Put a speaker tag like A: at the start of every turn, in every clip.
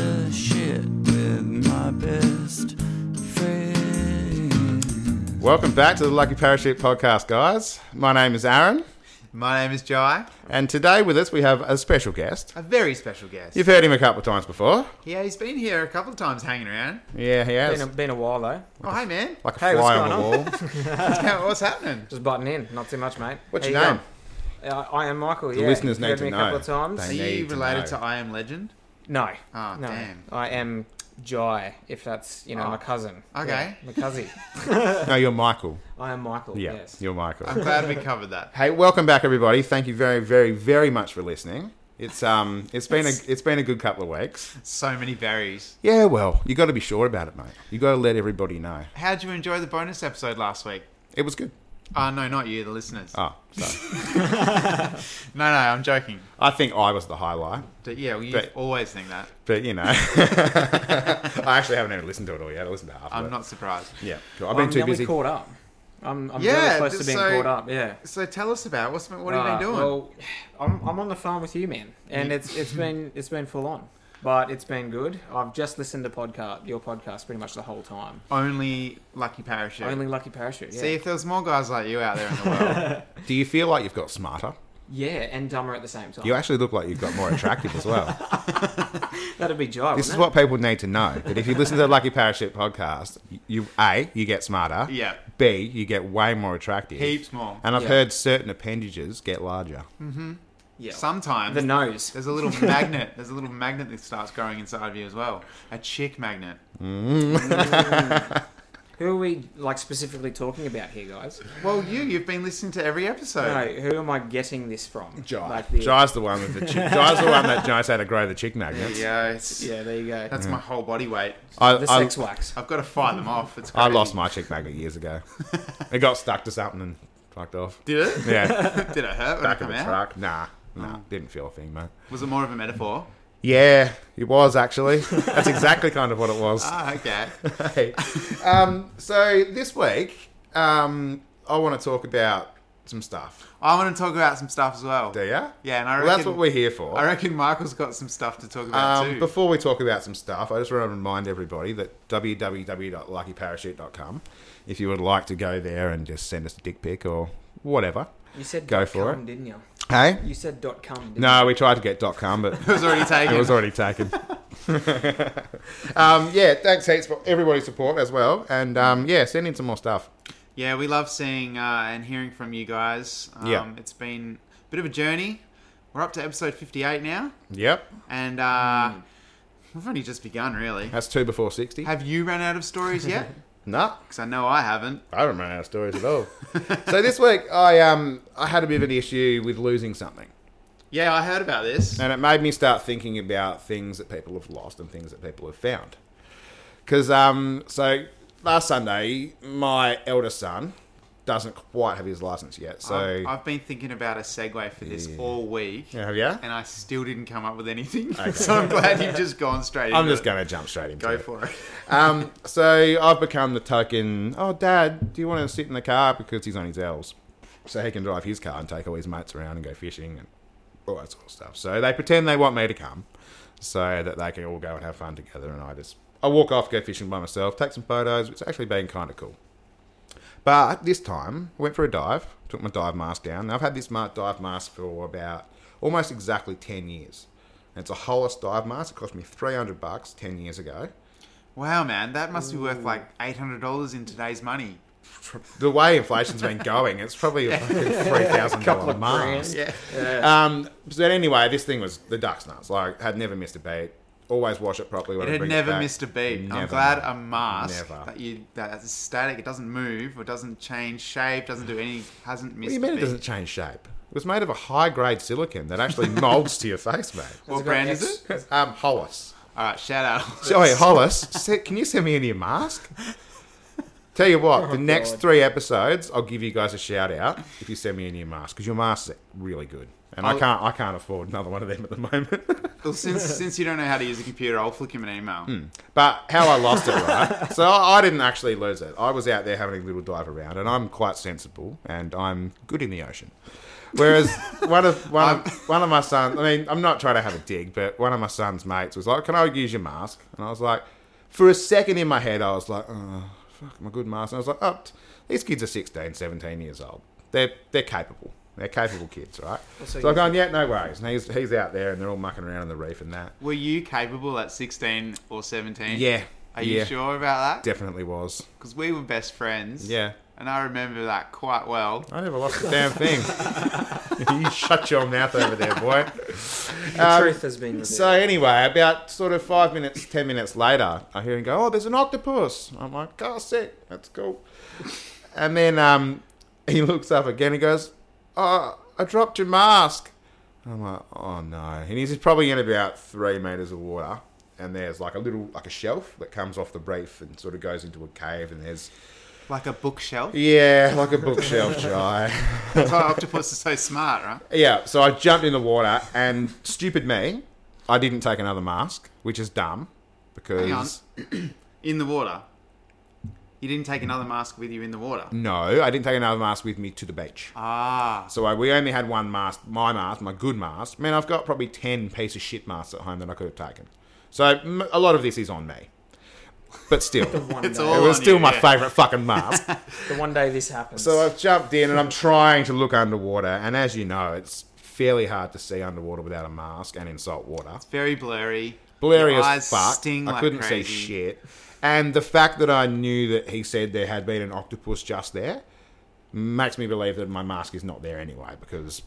A: Welcome back to the Lucky Parachute Podcast, guys. My name is Aaron,
B: My name is Jai,
A: and today with us we have a special guest.
B: a very special guest.
A: You've heard him a couple of times before.
B: Yeah, he's been here a couple of times hanging around.
A: Yeah, he has.
C: Been a, been a while though.
B: Oh, hey, man.
A: like a
C: Hey, what's
A: fly on the
C: going
A: wall.
B: How- What's happening?
C: Just butting in. Not too much, mate.
A: What's
C: How
A: your
C: you
A: name?
C: going? Uh, I am Michael.
A: The
C: yeah.
A: listeners
C: You
A: need
C: heard
A: to
C: me a couple
A: know.
C: of times.
B: Are
A: They
B: you
A: need to
B: related
A: know.
B: to I Am Legend?
C: No.
B: Ah,
C: no.
B: damn.
C: I am Jai, if that's you know
B: Ah,
C: my cousin.
B: okay.
C: Yeah, my cousin.
A: no, you're Michael.
C: I am Michael.
A: Yeah,
C: Yes.
A: you're Michael.
B: I'm glad we covered that.
A: Hey, welcome back, everybody. Thank you very, very, very much for listening. It's um, it's been a, it's been a good couple of weeks.
B: So many berries.
A: Yeah, well, you got to be sure about it, mate. You got to let everybody know.
B: How'd you enjoy the bonus episode last week?
A: It was good.
B: Ah, no, not you, the listeners.
A: Oh, so
B: No, no, I'm joking.
A: I think I was the highlight,
B: D- Yeah, well, you
A: But-
B: always think that.
A: but you know, I actually haven't even listened to it all yet. I listened to half. of
B: I'm
A: it.
B: not surprised.
A: Yeah, cool. I've been
C: I'm
A: too
C: nearly
A: busy.
C: caught up. I'm, I'm
B: Yeah,
C: really close to
B: th-
C: being
B: so-
C: caught up. Yeah.
B: So tell us about what's what have you
C: Uh,
B: been doing?
C: Well, I'm, I'm on the phone with you, man, and it's it's been it's been full on, but it's been good. I've just listened to podcast your podcast pretty much the whole time.
B: Only Lucky Parachute.
C: Only Lucky Parachute. Yeah.
B: See if there's more guys like you out there in the world.
A: Do you feel like you've got smarter?
C: yeah, and dumber at the same time.
A: You actually look like you've got more attractive as well.
C: That'd be Jai.
A: This is
C: wouldn't
A: what people need to know. That if you listen to the Lucky Parachute podcast, you a you get smarter.
B: yeah,
A: B you get way more attractive.
B: heaps more.
A: And I've
C: Yeah.
A: heard certain appendages get larger.
C: it? Yeah.
B: Sometimes
C: the nose.
B: There's a little magnet. There's a little magnet that starts growing inside of you as well. A chick magnet.
C: Who are we like specifically talking about here, guys?
B: Well, you you've been listening to every episode.
C: No, who am I getting this from?
A: Uh, Jai.
C: Like the-
A: Jai's the one with the chick. Jai's the one that knows how to grow the chick magnets.
B: Yeah, it's,
C: Yeah, there you go.
B: that's my whole body weight.
A: I,
C: the
A: I,
C: sex wax.
B: I've got to fight them off. It's
A: I
B: crazy.
A: lost my chick magnet years ago. it got stuck to something and fucked off.
B: Did it?
A: Yeah,
B: Did it hurt when
A: back
B: it
A: of
B: came
A: the
B: out?
A: truck. Nah, nah, didn't feel a thing, mate.
B: Was it more of a metaphor?
A: Yeah, it was actually. That's exactly kind of what it was.
B: Ah, okay.
A: Hey. Um, so this week, um, I want to talk about some stuff.
B: I want to talk about some stuff as well.
A: Do ya?
B: Yeah, and
A: Well,
B: I reckon
A: that's what we're here for.
B: I reckon Michael's got some stuff to talk about
A: Um,
B: too.
A: before we talk about some stuff, I just want to remind everybody that www.luckyparachute.com, if you would like to go there and just send us a dick pic or whatever.
C: You said
A: Go
C: dot
A: for
C: com, didn't you?
A: Hey?
C: You said dot com. Didn't
A: No, we tried to get dot .com, but
B: it was already taken.
A: it was already taken. um, yeah, thanks heaps for everybody's support as well. And um, yeah, send in some more stuff.
B: Yeah, we love seeing uh, and hearing from you guys. Um,
A: Yeah.
B: It's been a bit of a journey. We're up to episode 58 now,
A: Yep,
B: and uh,
A: Hmm.
B: we've only just begun, really.
A: that's two before 60.
B: Have you run out of stories yet?
A: Nah,
B: Because I know I haven't.
A: I haven't run out of stories at all. so this week, I um I had a bit of an issue with losing something,
B: Yeah, I heard about this.
A: and it made me start thinking about things that people have lost and things that people have found. Because um, so last Sunday, my elder son doesn't quite have his license yet. So
B: I've, I've been thinking about a segue for this
A: Yeah.
B: all week,
A: Yeah, have ya?
B: and I still didn't come up with anything. so I'm glad you've just gone straight into
A: I'm just
B: it.
A: going to jump straight into
B: Go
A: it.
B: for it.
A: um, so I've become the token. Oh, Dad, do you want to sit in the car because he's on his L's, so he can drive his car and take all his mates around and go fishing and all that sort of stuff. So they pretend they want me to come, so that they can all go and have fun together. And I just I walk off, go fishing by myself, take some photos. It's actually been kind of cool. But this time, I went for a dive, took my dive mask down. Now, I've had this ma- dive mask for about almost exactly 10 years. And it's a Hollis dive mask. It cost me 300 bucks 10 years ago.
B: Wow, man, that must be worth like $800 in today's money.
A: the way inflation's been going, it's probably a fucking three thousand dollar mask.
B: Yeah.
A: Um, but anyway, this thing was the duck's nuts. Like, had never missed a beat. Always wash it properly. When
B: It
A: I
B: had
A: bring
B: never
A: back.
B: missed a beat.
A: Never.
B: I'm glad a mask
A: Never.
B: that you that's static. It doesn't move or doesn't change shape. Doesn't do any. Hasn't
A: What
B: missed.
A: do you
B: a
A: mean it
B: beat.
A: doesn't change shape? It was made of a high grade silicon that actually molds to your face, mate.
B: What
C: it got
B: brand
C: X?
B: is it?
A: Um, Hollis.
B: All right, shout out.
A: Sorry, Hollis. se- Can you send me any of your mask? Tell you what,
B: Oh,
A: the next
C: God.
A: three episodes, I'll give you guys a shout out if you send me any of your masks because your masks are really good, and I
B: I'll-
A: can't, I can't afford another one of them at the moment.
B: Well, since since you don't know how to use a computer, I'll flick him an email.
A: Hmm. But how I lost it, right? so I, I didn't actually lose it. I was out there having a little dive around, and I'm quite sensible, and I'm good in the ocean. Whereas one of one of, one of my sons, I mean, I'm not trying to have a dig, but one of my son's mates was like, "Can I use your mask?" And I was like, for a second in my head, I was like, oh, fuck, my good master. And I was like, oh, t- these kids are 16, 17 years old. They're, they're capable. They're capable kids, right? So, I'm going, yeah, no worries. And he's, he's out there and they're all mucking around on the reef and that.
B: Were you capable at 16 or 17?
A: Yeah.
B: Are
A: yeah,
B: you sure about that?
A: Definitely was.
B: Because we were best friends.
A: Yeah.
B: And I remember that quite well.
A: I never lost a damn thing. you shut your mouth over there, boy.
C: the
A: Um,
C: truth has been revealed.
A: So anyway, about sort of five minutes, ten minutes later, I hear him go, "Oh, there's an octopus." I'm like, "Oh, sick, that's cool." And then um, he looks up again and goes, "Oh, I dropped your mask." I'm like, "Oh no!" And he's probably in about three meters of water, and there's like a little like a shelf that comes off the reef and sort of goes into a cave, and there's
B: Like a bookshelf.
A: yeah, like a bookshelf try.
B: That's why octopus is so smart, right?
A: Yeah, so I jumped in the water, and stupid me, I didn't take another mask, which is dumb
B: Hang on.
A: because
B: In the water. You didn't take another mask with you in the water.
A: Mm. no, I didn't take another mask with me to the beach.
B: Ah.
A: So I, we only had one mask, my mask, my good mask. Man, I've got probably ten piece of shit masks at home that I could have taken. So m- a lot of this is on me, but still, it
C: one
B: It's
C: day,
B: all-
A: was
B: on
A: still
B: you,
A: my
B: yeah.
A: favorite fucking mask.
C: the one day this happens.
A: So I've jumped in and I'm trying to look underwater, and as you know, it's fairly hard to see underwater without a mask and in salt water.
B: Very blurry.
A: blurry
B: Your
A: as
B: eyes
A: fuck.
B: sting
A: I
B: like
A: couldn't see
B: crazy.
A: shit. And the fact that I knew that he said there had been an octopus just there makes me believe that my mask is not there anyway because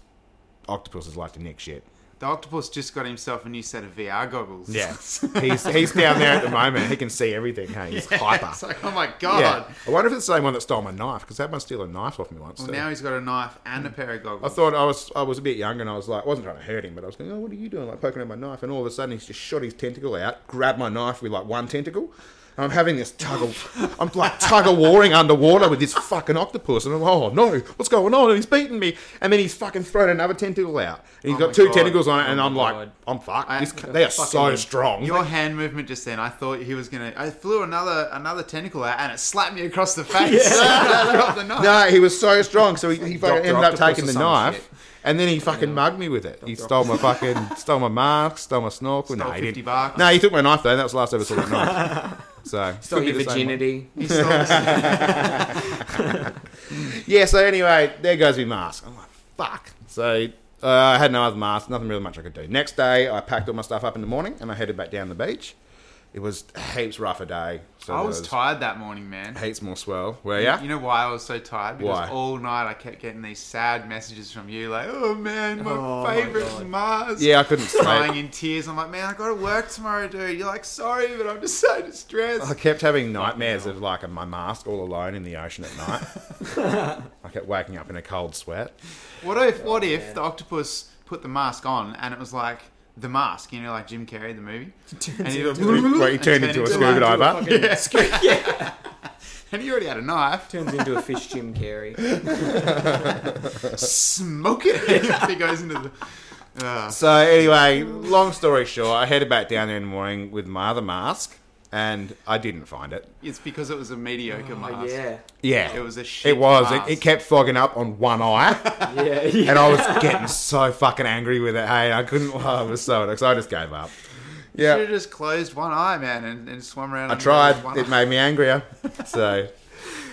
A: octopuses like to nick shit.
B: The octopus just got himself a new set of VR goggles.
A: he's he's down there at the moment. He can see everything. Hey, he's hyper.
B: It's like, oh my
A: Yeah.
B: god.
A: I wonder if it's the same one that stole my knife because that one stole a knife off me once.
B: Well,
A: too.
B: now he's got a knife and a pair of
A: I
B: goggles.
A: thought I was I was a bit young and I was like I wasn't trying to hurt him, but I was going, Oh, what are you doing? Like poking at my knife and all of a sudden he's just shot his tentacle out, grabbed my knife with like one tentacle. And I'm having this tug of I'm like tug of warring underwater with this fucking octopus and I'm oh no, what's going on? And he's beating me and then he's fucking thrown another tentacle out. And he's
B: Oh
A: got
B: my
A: two
B: God.
A: tentacles on it and
C: Oh
A: I'm
C: my
A: like,
C: God.
A: I'm fucked.
B: I-
A: This, they are so
C: fucking-
A: strong.
B: Your hand movement just then, I thought he was gonna. I flew another another tentacle out, and it slapped me across the face. I dropped the knife.
A: No, he was so strong, so he, he fucking
C: Dr.
A: ended up
C: Octopus
A: taking
C: or
A: the
C: some
A: knife,
C: shit.
A: and then he fucking mugged me with it. He stole my fucking stole my mask, stole my snorkel.
B: Stole
A: no, he
B: 50
A: didn't.
B: bucks.
A: No, he took my knife though. That was the last I ever saw that knife. So
C: Stole
A: could be
C: your
A: the same
C: virginity.
B: He stole the-
A: one. Yeah. So anyway, there goes my mask. I'm like, fuck. So. Uh, I had no other mask, nothing really much I could do. Next day, I packed all my stuff up in the morning and I headed back down the beach. It was heaps rougher day. So
B: I
A: there
B: was tired that morning, man.
A: Heaps more swell. Were ya?
B: You know why I was so tired? Because
A: Why?
B: all night I kept getting these sad messages from you, like, "Oh man, my
C: Oh, my
B: favorite
C: God.
B: Mars."
A: Yeah, I couldn't sleep.
B: Crying in tears. I'm like, man, I gotta work tomorrow, dude. You're like, sorry, but I'm just so distressed.
A: I kept having nightmares of like my mask all alone in the ocean at night. I kept waking up in a cold sweat.
B: What if what if the octopus put the mask on and it was like the mask, you know, like Jim Carrey the movie? And he,
A: Where he turned into a scuba
C: like-
A: diver.
B: Yeah.
C: yeah.
B: and he already had a knife.
C: Turns into a fish Jim Carrey.
B: Smoke it. he goes into the. Uh,
A: So anyway, long story short, I headed back down there in the morning with my other mask, and I didn't find it.
B: it's because it was a mediocre
C: Oh,
B: mask.
C: yeah.
A: Yeah,
B: It was a shit.
A: It was.
B: Mask.
A: It, it kept fogging up on one eye,
C: Yeah. yeah.
A: and I was getting so fucking angry with it. Hey, I couldn't. I was so. So I just gave up.
B: Should
A: Yeah,
B: have just closed one eye, man, and, and swum
A: I
B: around. on the other
A: tried.
B: one
A: It
B: eye.
A: made me angrier. So,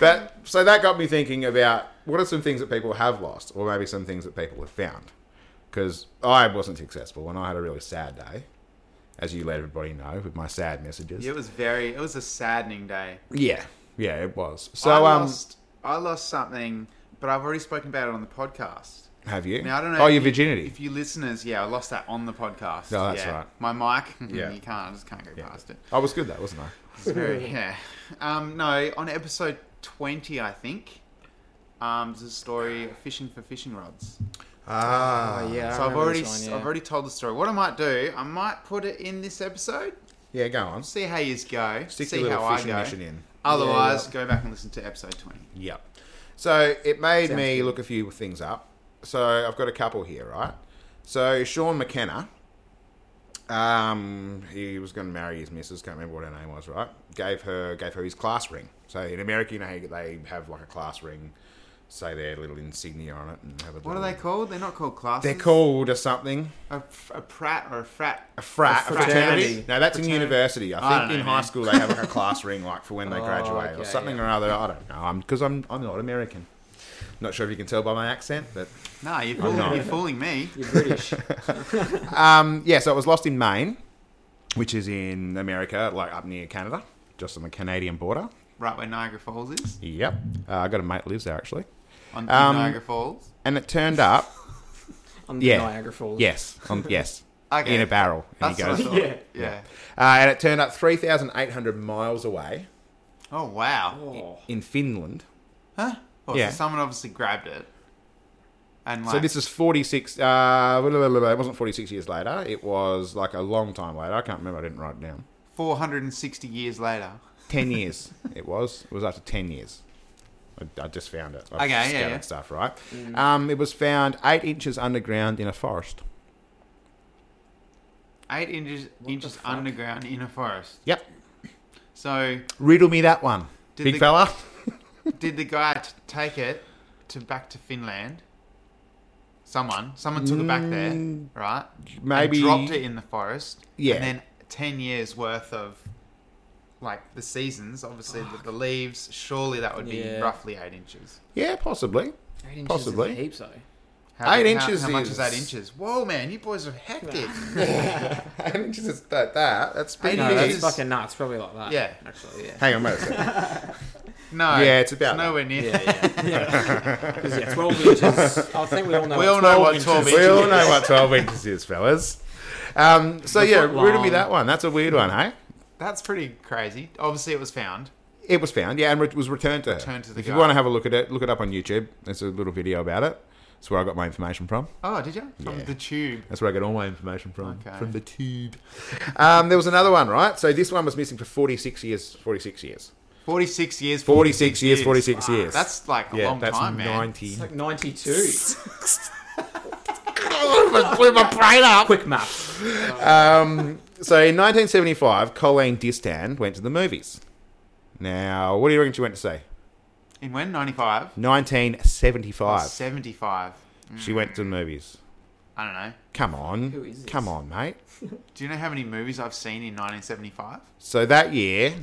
A: but so that got me thinking about what are some things that people have lost, or maybe some things that people have found. Because I wasn't successful, and I had a really sad day, as you let everybody know with my sad messages.
B: Yeah, It was very. It was a saddening day.
A: Yeah, yeah, it was.
B: I
A: So, um,
B: lost, I lost something, but I've already spoken about it on the podcast.
A: have you?
B: Now I don't know.
A: Oh, your
B: if you-
A: virginity.
B: If you listeners, yeah, I lost that on the podcast.
A: Oh, that's
B: yeah.
A: right.
B: My mic.
A: Yeah.
B: you can't. I just can't go past it.
A: I was good though, wasn't I?
B: It's very yeah. Um, no, on episode twenty, I think. Um, there's a story of fishing for fishing rods.
A: Ah,
C: Oh, yeah.
B: so
C: I
B: I've
C: remember
B: already,
C: this
B: s
C: one, yeah.
B: I've already told the story. What I might do, I might put it in this episode.
A: yeah. Go on.
B: See how you go.
A: Stick
B: see
A: your little
B: how I
A: fishing
B: go.
A: mission in.
B: Otherwise, go back and listen to episode twenty.
A: Yep. So it made
C: Sounds
A: me
C: good.
A: look a few things up. So I've got a couple here, right? So Sean McKenna, um, he was going to marry his missus. Can't remember what her name was, right? Gave her gave her his class ring. So in America, you know, how they have like a class ring say their little insignia on it and have a.
B: What are
A: little-
B: they called? They're not called classes.
A: They're called or something.
B: a, f- a prat or a frat.
A: A frat,
C: A
A: a fraternity.
C: fraternity.
A: No, that's
B: Fraternity.
A: in university. I
B: I
A: think
B: don't
A: in
B: know,
A: high
B: man.
A: school they have like a class ring, like for when they
C: Oh,
A: graduate or
C: okay,
A: something or other. I don't know. I'm because I'm I'm not American. Not sure if you can tell by my accent, but
B: Nah, you're
A: I'm
B: fooling,
A: not.
B: you're fooling me.
C: You're British.
A: um, yeah. So it was lost in Maine, which is in America, like up near Canada, just on the Canadian border.
B: Right where Niagara Falls is.
A: Yep, uh, I got a mate lives there actually,
B: On in
A: Um,
B: Niagara Falls.
A: and it turned up
C: I'm the
A: Yeah.
C: Niagara Falls.
A: yes, on, yes,
B: Okay.
A: in a barrel. And
B: That's
A: he
B: what I
A: goes,
B: thought.
C: Yeah.
B: Yeah.
A: uh, and it turned up three thousand eight hundred miles away
B: Oh, wow.
C: Oh.
A: in Finland.
B: Huh? Well,
A: Yeah.
B: So someone obviously grabbed it. And like,
A: So this is 46, uh, blah, blah, blah, blah. it wasn't 46 years later. It was like a long time later. I can't remember. I didn't write it down.
B: 460 years later.
A: 10 years it was. It was after 10 years. I, I just found it. I
B: Okay, yeah,
A: scattered
B: yeah.
A: stuff, right? Um, it was found eight inches underground in a forest.
B: Eight inches,
C: the
B: inches
C: fuck?
B: underground in a forest.
A: Yep.
B: So
A: Riddle me that one,
B: Did
A: big
B: the-
A: fella.
B: did the guy t- take it to back to Finland? Someone, someone took it back there,
A: Mm,
B: right?
A: Maybe.
B: and dropped it in the forest.
A: Yeah.
B: And then ten years worth of like the seasons, obviously the, the leaves. Surely that would be
C: Yeah.
B: roughly eight inches.
A: Yeah, possibly.
C: Eight inches
A: Possibly.
C: Is a heap, so.
B: How,
A: Eight
B: how,
A: inches
B: How much is eight
A: is-
B: inches? Whoa, man! You boys are hectic.
A: eight inches is that. that. That's
B: Eight
A: pretty
C: No,
B: It
A: big.
C: that's
B: is-
C: fucking nuts. Probably like that.
B: Yeah.
C: Actually, yeah.
A: Hang on a minute.
B: no.
A: Yeah, it's about that.
B: nowhere near.
C: Yeah, yeah. yeah. 'Cause, yeah, 12 inches. I think we all know
B: We
C: what
B: all know
C: 12
B: what
C: inches
B: 12
C: is.
A: we all know what 12 inches is, fellas. Um, so,
C: The
A: yeah,
C: foot
A: riddle me
C: long.
A: that one. That's a weird one, hey?
B: That's pretty crazy. Obviously, it was found.
A: It was found, yeah, and it was returned to her.
B: Returned to the
A: if
B: guy.
A: you want to have a look at it, look it up on YouTube. There's a little video about it. That's where I got my information from.
B: Oh, did you? From
A: Yeah.
B: the tube.
A: That's where I got all my information from.
B: Okay.
A: From the tube. Um, there was another one, right? So this one was missing for 46 years. 46 years.
B: 46 years.
A: 46, years, 46
B: Wow.
A: years.
B: That's like a
A: yeah,
B: long
A: that's
B: time, man.
A: 90.
C: It's like 92.
A: Blew my brain up.
C: Quick map.
A: Um, so in 1975, Colleen Distan went to the movies. Now, what do you reckon she went to say?
B: In when? 95?
A: 1975.
B: 75.
A: She went to the movies.
B: I don't know.
A: Come on.
C: Who is this?
A: Come on, mate.
B: Do you know how many movies I've seen in 1975?
A: So that year,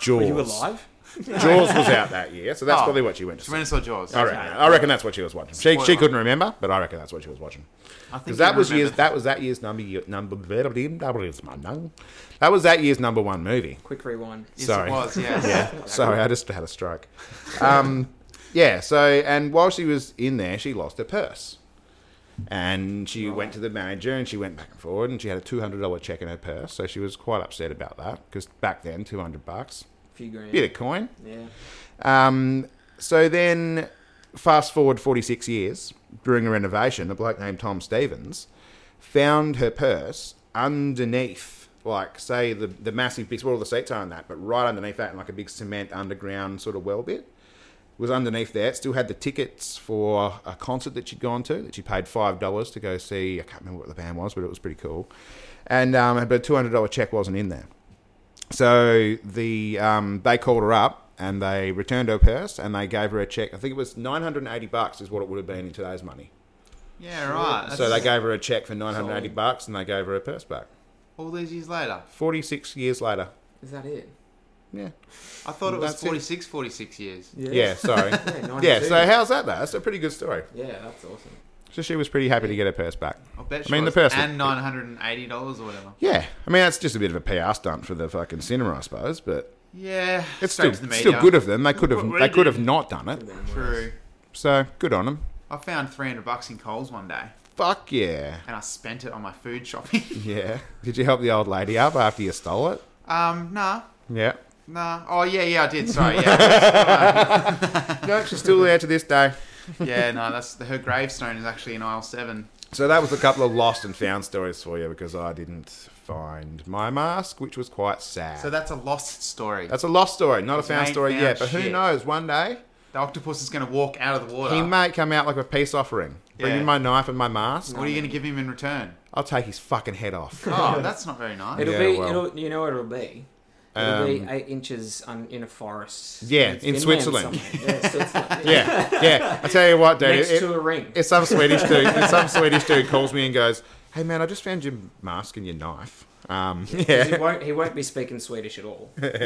A: Jaws.
C: Were you alive?
A: Jaws was out that year, so that's
B: Oh.
A: probably what she went to
B: She
A: see.
B: went and saw Jaws.
A: I reckon. I reckon that's what she was watching. She, she
B: Spoiler.
A: couldn't remember, but I reckon that's what she was watching.
B: I think
A: Because that
B: you
A: was
B: remember.
A: years. That was that year's number number. That was that year's number one movie.
C: Quick rewind.
B: Yes,
A: sorry.
B: it was, yes.
A: Yeah. Sorry, I just had a stroke. Um, yeah. So, and while she was in there, she lost her purse, and she went to the manager, and she went back and forward, and she had a two hundred dollar check in her purse. So she was quite upset about that because back then, two hundred bucks,
C: A few grand.
A: bit of coin.
C: Yeah.
A: Um, so then, fast forward 46 years, during a renovation, a bloke named Tom Stevens found her purse underneath, like, say, the, the massive bits where all the seats are and that, but right underneath that, in like a big cement underground sort of well bit, was underneath there. It still had the tickets for a concert that she'd gone to, that she paid $5 to go see. I can't remember what the band was, but it was pretty cool. And um, but a $200 check wasn't in there. So the um, they called her up and they returned her purse and they gave her a check. I think it was nine hundred and eighty bucks is what it would have been in today's money.
B: Yeah, right.
A: so
B: That's
A: they gave her a check for nine hundred and eighty bucks and they gave her her purse back.
B: all these years later.
A: Forty six years later.
C: Is that it?
A: Yeah.
B: I thought it was
A: That's it.
B: 46, 46 years.
A: Yeah. Sorry.
C: Yeah, 92.
A: yeah. So how's that? Though that's a pretty good story.
C: Yeah, that's awesome.
A: So she was pretty happy to get her purse back.
B: I bet she
A: mean, the
B: was.
A: person-
B: And $980 or whatever.
A: Yeah. I mean that's just a bit of a PR stunt for the fucking cinema, I suppose. But
B: Yeah.
A: it's
B: straight
A: still,
B: to the media.
A: still good of them. They could have
B: What- what
A: they
B: did
A: could
B: you-
A: have not done it.
B: True.
A: So good on them.
B: I found 300 bucks in Coles one day
A: Fuck yeah.
B: and I spent it on my food shopping.
A: Yeah. Did you help the old lady up after you stole it?
B: um, nah.
A: Yeah.
B: Nah. Oh, yeah, yeah, I did. Sorry. Yeah.
A: No, she's still there to this day.
B: yeah, no, that's her gravestone is actually in aisle seven.
A: So that was a couple of lost and found stories for you because I didn't find my mask, which was quite sad.
B: So that's a lost story.
A: That's a lost story, not a found
B: ain't
A: story
B: found
A: yet. But who
B: shit.
A: knows? One day
B: The octopus is going to walk out of the water.
A: he may come out like a peace offering. Bring
B: Yeah.
A: in my knife and my mask.
B: what are you going to give him in return?
A: I'll take his fucking head off.
B: Oh, that's not very nice.
C: It'll
A: Yeah,
C: be,
A: well.
C: it'll, you know what it'll be? It'll be
A: Um,
C: eight inches on, in a forest.
A: Yeah, in
C: Finland
A: Switzerland.
C: somewhere. Yeah, Switzerland.
A: yeah, yeah. I tell you what, dude.
C: Next
A: it-
C: to a ring.
A: If some Swedish dude, if some Swedish dude calls me and goes, "Hey man, I just found your mask and your knife." Um,
C: 'Cause He
A: yeah.
C: won't, he won't be speaking Swedish at all.
B: Yeah, no,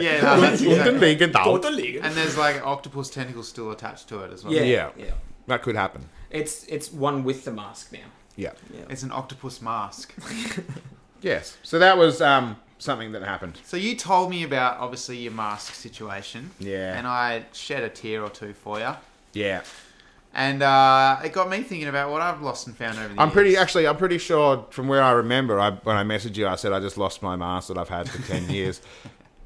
B: that's
A: Wouldn't
B: exactly.
A: be good though.
B: And there's like octopus tentacles still attached to it as well.
C: Yeah,
A: Yeah.
C: yeah.
A: That could happen.
C: It's it's one with the mask now.
A: Yeah.
B: It's an octopus mask.
A: Yes. So that was um, something that happened.
B: So you told me about obviously your mask situation.
A: Yeah.
B: And I shed a tear or two for you.
A: Yeah.
B: And uh, it got me thinking about what I've lost and found over the
A: I'm pretty
B: years.
A: actually. I'm pretty sure from where I remember, I, when I messaged you, I said I just lost my mask that I've had for ten years.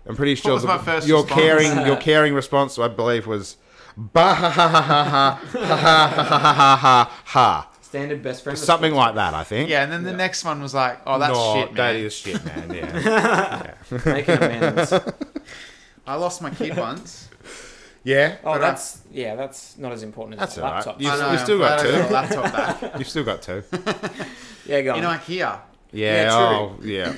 A: I'm pretty sure
B: was
A: the-
B: my first
A: your
B: response?
A: caring your caring response, I believe, was bah ha ha ha ha ha ha ha ha ha ha ha
C: Standard best friend.
A: something like that. I think.
B: Yeah, and then the next one was like, oh, that's
A: No,
B: shit, man.
A: That is shit, man. Yeah.
C: response. making amends. oh,
B: I lost my kid once.
A: yeah.
B: Oh.
A: but I-
C: that's yeah, that's not as important as
A: That's
C: the
A: all right.
C: laptop.
A: You- You've-
B: I know,
A: you've still
B: I'm
A: got
B: glad I
A: two.
B: got a laptop back.
A: you've still got two.
C: Yeah, go on.
B: In IKEA.
A: Yeah.
C: Yeah,
A: oh,
C: true.
A: yeah.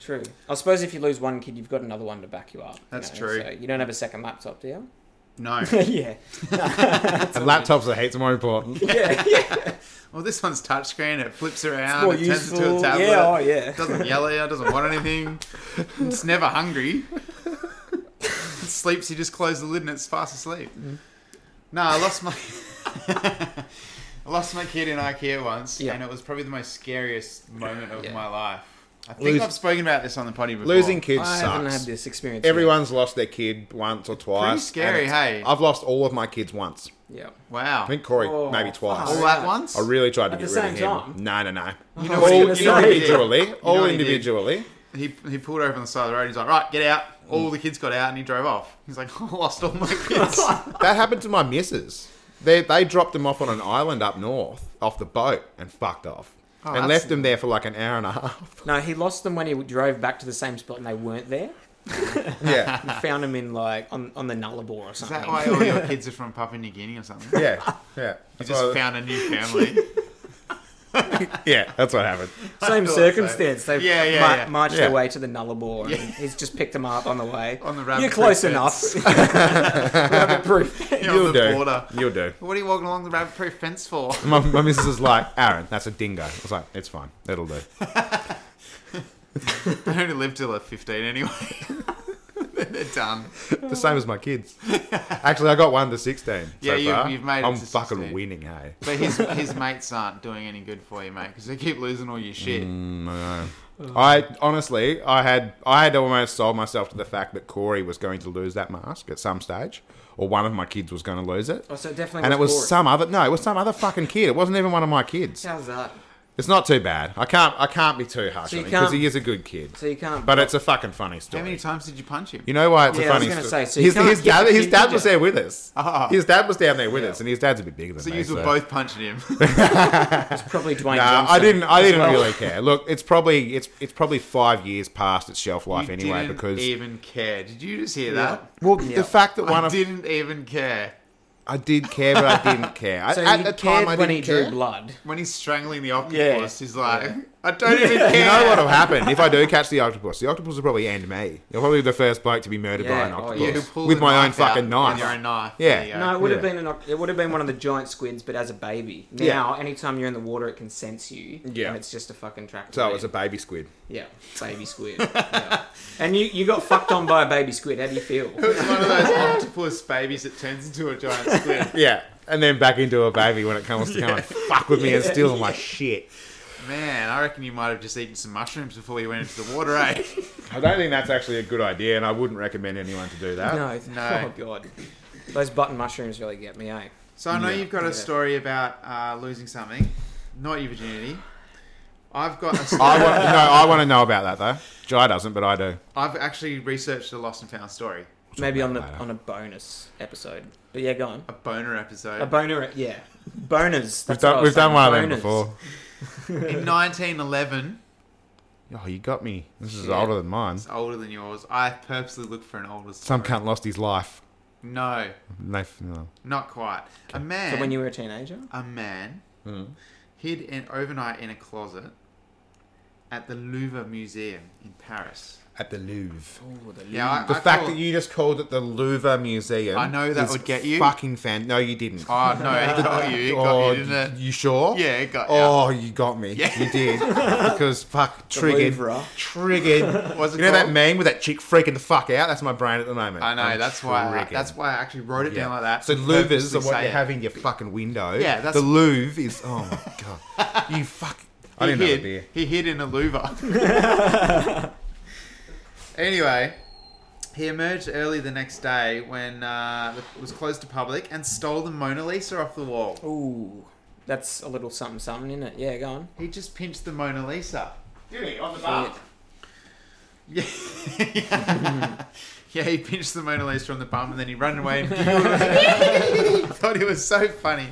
C: True. I suppose if you lose one kid, you've got another one to back you up. you
B: That's
C: know,
B: true.
C: So you don't have a second laptop, do you?
B: No.
C: yeah.
A: And laptops, I hate, are more important.
C: Yeah. yeah.
B: Well, this one's touchscreen. It flips
C: It's
B: around.
C: more
B: It Um, turns
C: useful.
B: into a tablet.
C: Yeah. Oh, yeah.
B: Doesn't yell at you. Doesn't want anything. It's never hungry. It sleeps. You just close the lid and it's fast asleep.
C: Mm.
B: No, I lost my. I lost my kid in IKEA once,
C: Yeah.
B: and it was probably the most scariest moment of
C: Yeah.
B: my life. I think
A: Lose-
B: I've spoken about this on the potty before.
A: Losing kids
C: I haven't had
A: sucks.
C: this experience. yet.
A: Everyone's lost their kid once or twice. and
B: scary,
A: it's-
B: hey?
A: I've lost all of my kids once.
C: Yeah.
B: Wow.
A: I think Corey
C: Oh,
A: maybe twice.
B: All
C: fuck.
B: at once.
A: I really tried to
C: At
A: get
C: the
A: rid of
C: same
A: him. No, no, no.
B: You know
A: all
B: what he, you know what he did?
A: individually.
B: You know
A: all
B: what he did?
A: individually.
B: He, he pulled over on the side of the road. He's like, right, get out.
A: Mm.
B: All the kids got out, and he drove off. He's like, I lost all my kids.
A: That happened to my missus. They, they dropped them off on an island up north off the boat and fucked off. and
B: Oh, that's-
A: left them there for like an hour and a half.
C: No, he lost them when he drove back to the same spot and they weren't there.
A: yeah.
C: We found them in like on, on the Nullarbor or
B: Is
C: something.
B: that why all your kids are from Papua New Guinea or something?
A: Yeah. Yeah.
B: You
A: That's
B: just
A: what-
B: found a new family.
A: yeah, that's what happened.
C: Same
B: thought so.
C: circumstance. They've
B: Yeah, yeah,
C: mar-
B: yeah.
C: marched
A: Yeah.
C: away to the Nullarbor
B: Yeah.
C: and he's just picked them up on the way.
B: On the rabbit
C: You're close
B: proof
C: enough. rabbit proof.
B: You're
A: You'll
B: on the
A: do.
B: border.
A: You'll do.
B: What are you walking along the rabbit proof fence for?
A: My, my missus is like, Aaron, that's a dingo. I was like, it's fine. It'll do.
B: They only live till they're 15 anyway. They're done.
A: The same as my kids. Actually, I got one to 16.
B: Yeah,
A: so
B: you've-
A: far.
B: you've made it
A: I'm
B: to
A: fucking
B: 16.
A: winning, hey.
B: But his his mates aren't doing any good for you, mate, because they keep losing all your shit.
A: Mm, I know. I honestly, I had, I had almost sold myself to the fact that Corey was going to lose that mask at some stage, or one of my kids was going to lose it,
C: Oh, so it definitely
A: and it was
C: Corey.
A: some other. No, it was some other fucking kid. It wasn't even one of my kids.
C: How's that?
A: It's not too bad. I can't, I can't be too harsh
C: So
A: on
C: you
A: him because
C: can't-
A: he is a good kid.
C: So you can't.
A: But it's a fucking funny story.
B: How many times did you punch him?
A: You know why it's a
C: Yeah, I was
A: funny
C: gonna
A: story?
C: say, so you
A: his,
C: can't
A: his
C: get
A: dad,
C: the
A: his
C: kid,
A: dad
C: did
A: was
C: you?
A: there with us.
B: Ah.
A: His dad was down there with us, and his dad's a bit bigger than
B: so
A: me.
B: you were
A: so-
B: both punching him.
C: probably Dwayne
A: Nah,
C: Johnson.
A: I didn't. I
C: as
A: didn't
C: well.
A: really care. Look, it's probably it's it's probably five years past its shelf life
B: you
A: anyway
B: didn't
A: because
B: even care. Did you just hear
C: Yeah.
B: that?
A: well
C: Yeah.
A: the fact that one
B: I
A: of
B: didn't even care.
A: I did care but I didn't care I-
C: So
A: at
C: he
A: the
C: cared
A: time I
C: when
A: didn't
C: he
A: care.
C: drew blood.
B: When he's strangling the octopus,
C: Yeah.
B: he's like, I don't even
A: You
B: care.
A: know what'll happen if I do catch the octopus? The octopus will probably end me. You're probably be the first bloke to be murdered
C: Yeah,
A: by an
C: oh,
A: octopus
C: yeah.
B: You pull
A: with
B: the
A: my own
B: knife out
A: fucking
B: with
A: knife.
B: Your own knife.
A: Yeah.
B: There you go.
C: No, it would have
A: Yeah.
C: been an, oc- it would have been one of the giant squids, but as a baby.
A: Yeah.
C: Now, anytime you're in the water, it can sense you.
A: Yeah.
C: and it's just a fucking tractor.
A: So it
C: beam.
A: was a baby squid.
C: yeah, baby squid. Yeah. And you, you got fucked on by a baby squid. How do you feel?
B: It's one of those octopus babies that turns into a giant squid.
A: Yeah, and then back into a baby when it comes to come and fuck with me and steal my shit.
B: Man, I reckon you might have just eaten some mushrooms before you went into the water, eh?
A: I don't think that's actually a good idea, and I wouldn't recommend anyone to do that.
C: No,
B: Uh, No.
C: no. Oh god, those button mushrooms really get me, eh?
B: So I know you've got
C: Yeah.
B: a story about uh, losing something, not your virginity. I've got a
A: I
B: story.
A: want, no, I want to know about that though. Jai doesn't, but I do.
B: I've actually researched a lost and found story,
C: Maybe on the
A: later.
C: on a bonus episode. But yeah, go on.
B: a boner episode.
C: A boner, yeah, boners.
A: We've
C: that's what I
A: done,
C: was
A: we've done
C: saying,
A: one of them
C: boners.
A: before.
B: In 1911,
A: Oh, you got me. This is
C: Shit.
A: older than mine.
B: it's older than yours. I purposely looked for an older story.
A: Some cunt lost his life.
B: No,
A: No, f- no.
B: not quite. A man.
C: So when you were a teenager,
A: Hmm.
B: a man hid in, overnight in a closet at the Louvre Museum in Paris.
A: At the Louvre.
C: Oh, the
B: Yeah, I,
A: The
B: I
A: fact
B: call-
A: that you just called it the Louvre Museum.
B: I know that
A: is
B: would get you.
A: Fucking fan. No, you didn't.
B: Oh no, it got you. It got
A: Oh,
B: you, didn't it?
A: you sure?
B: Yeah, it got you.
A: Oh, you got me.
B: Yeah.
A: You did. Because fuck, triggered.
D: Louvre.
A: Triggered.
B: Was it
A: You know that
B: called?
A: meme with that chick freaking the fuck out? That's my brain at the moment.
B: I know.
A: I'm
B: that's why. I,
A: triggered.
B: that's why I actually wrote it down like that.
A: So
B: to
A: louvers
B: purposely
A: are what
B: say
A: you
B: it.
A: have in your fucking window.
B: Yeah, that's-
A: the Louvre is. Oh my god, you fuck. I
B: He
A: didn't know
B: hid,
A: a beer.
B: He hid in a louvre. anyway, he emerged early the next day when uh, it was closed to public and stole the Mona Lisa off the wall.
C: Ooh, that's a little something something, isn't it? Yeah, go on.
B: He just pinched the Mona Lisa.
A: Did he on the
B: Ah.
C: bar?
B: Yeah, yeah. he pinched the Mona Lisa on the bum and then he ran away and giggled. thought it was so funny.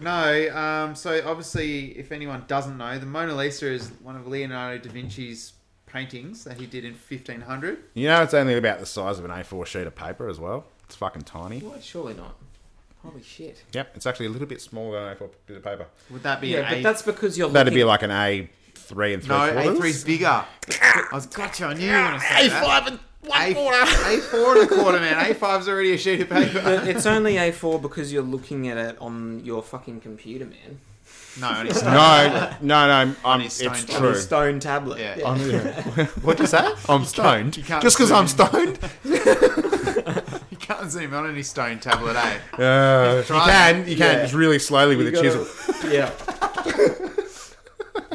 B: No, um, so obviously, if anyone doesn't know, the Mona Lisa is one of Leonardo da Vinci's paintings that he did in 1500.
A: You know, it's only about the size of an A4 sheet of paper as well. It's fucking tiny.
C: What? Surely not. Holy shit.
A: Yep, it's actually a little bit smaller than an A4 bit of paper.
B: Would that be
C: Yeah,
B: an
C: but
B: A?
C: that's because you're
A: That'd
C: looking.
A: be like an A3 and three
B: no, A3
A: quarters.
B: is bigger. I was gotcha. I knew you were going to say that.
A: A5 and one
B: A-
A: quarter.
B: A4 and a quarter, man. A5's already a sheet of
C: But
B: paper.
C: it's only A4 because you're looking at it on your fucking computer, man.
B: no, only stone.
A: No, no, no. I'm,
B: his
A: it's
B: stone
C: On your
A: true.
C: stone tablet.
B: Yeah.
A: I'm, what'd you say? I'm stoned.
B: you can't
A: Just because
B: zoom
A: I'm
B: in.
A: stoned?
B: You can't zoom on any stone tablet, eh?
A: Uh, you
B: Try.
A: can. You can.
C: Yeah.
A: Just really slowly with
C: You
A: a
C: gotta-
A: chisel.
C: Yeah.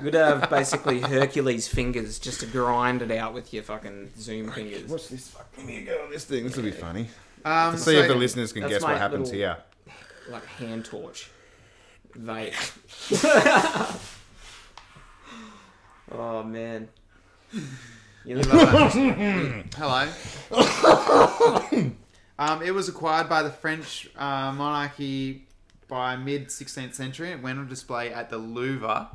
C: You'd have basically Hercules fingers just to grind it out with your fucking zoom fingers.
A: What's this? Fuck, let me go on this thing. This will be funny.
B: Um,
A: See if the
B: so-
A: listeners can
C: That's
A: guess
C: my
A: what happens
C: little-
A: here.
C: Like hand torch. Vape. oh man. You look like
B: Hello. um, it was acquired by the French uh, monarchy by mid 16th century and went on display at the Louvre.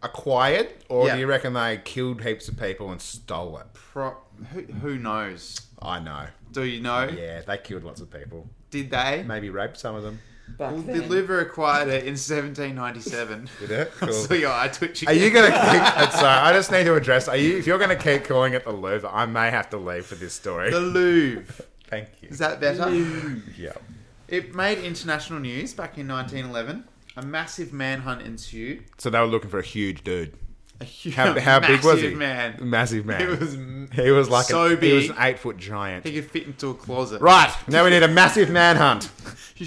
A: Acquired, or
B: Yeah.
A: do you reckon they killed heaps of people and stole it?
B: Pro- who, who knows?
A: I know.
B: Do you know?
A: Yeah, they killed lots of people.
B: Did they?
A: Maybe raped some of them.
C: back
B: Well, the
C: then.
B: Louvre acquired it in 1797.
A: Did it?
B: I
A: Cool.
B: saw your eye twitch
A: Are
B: again.
A: you gonna keep? uh, sorry, I just need to address. Are you? If you're gonna keep calling it the Louvre, I may have to leave for this story.
B: The Louvre.
A: Thank you.
B: Is that better?
A: Yeah.
B: it made international news back in 1911. A massive manhunt ensued.
A: So they were looking for a huge dude.
B: A huge,
A: How, how big was he?
B: man.
A: Massive man.
B: It was m-
A: He was like
B: so
A: a, He was an
B: big.
A: eight foot giant.
B: He could fit into a closet.
A: Right now we need a massive manhunt.
B: You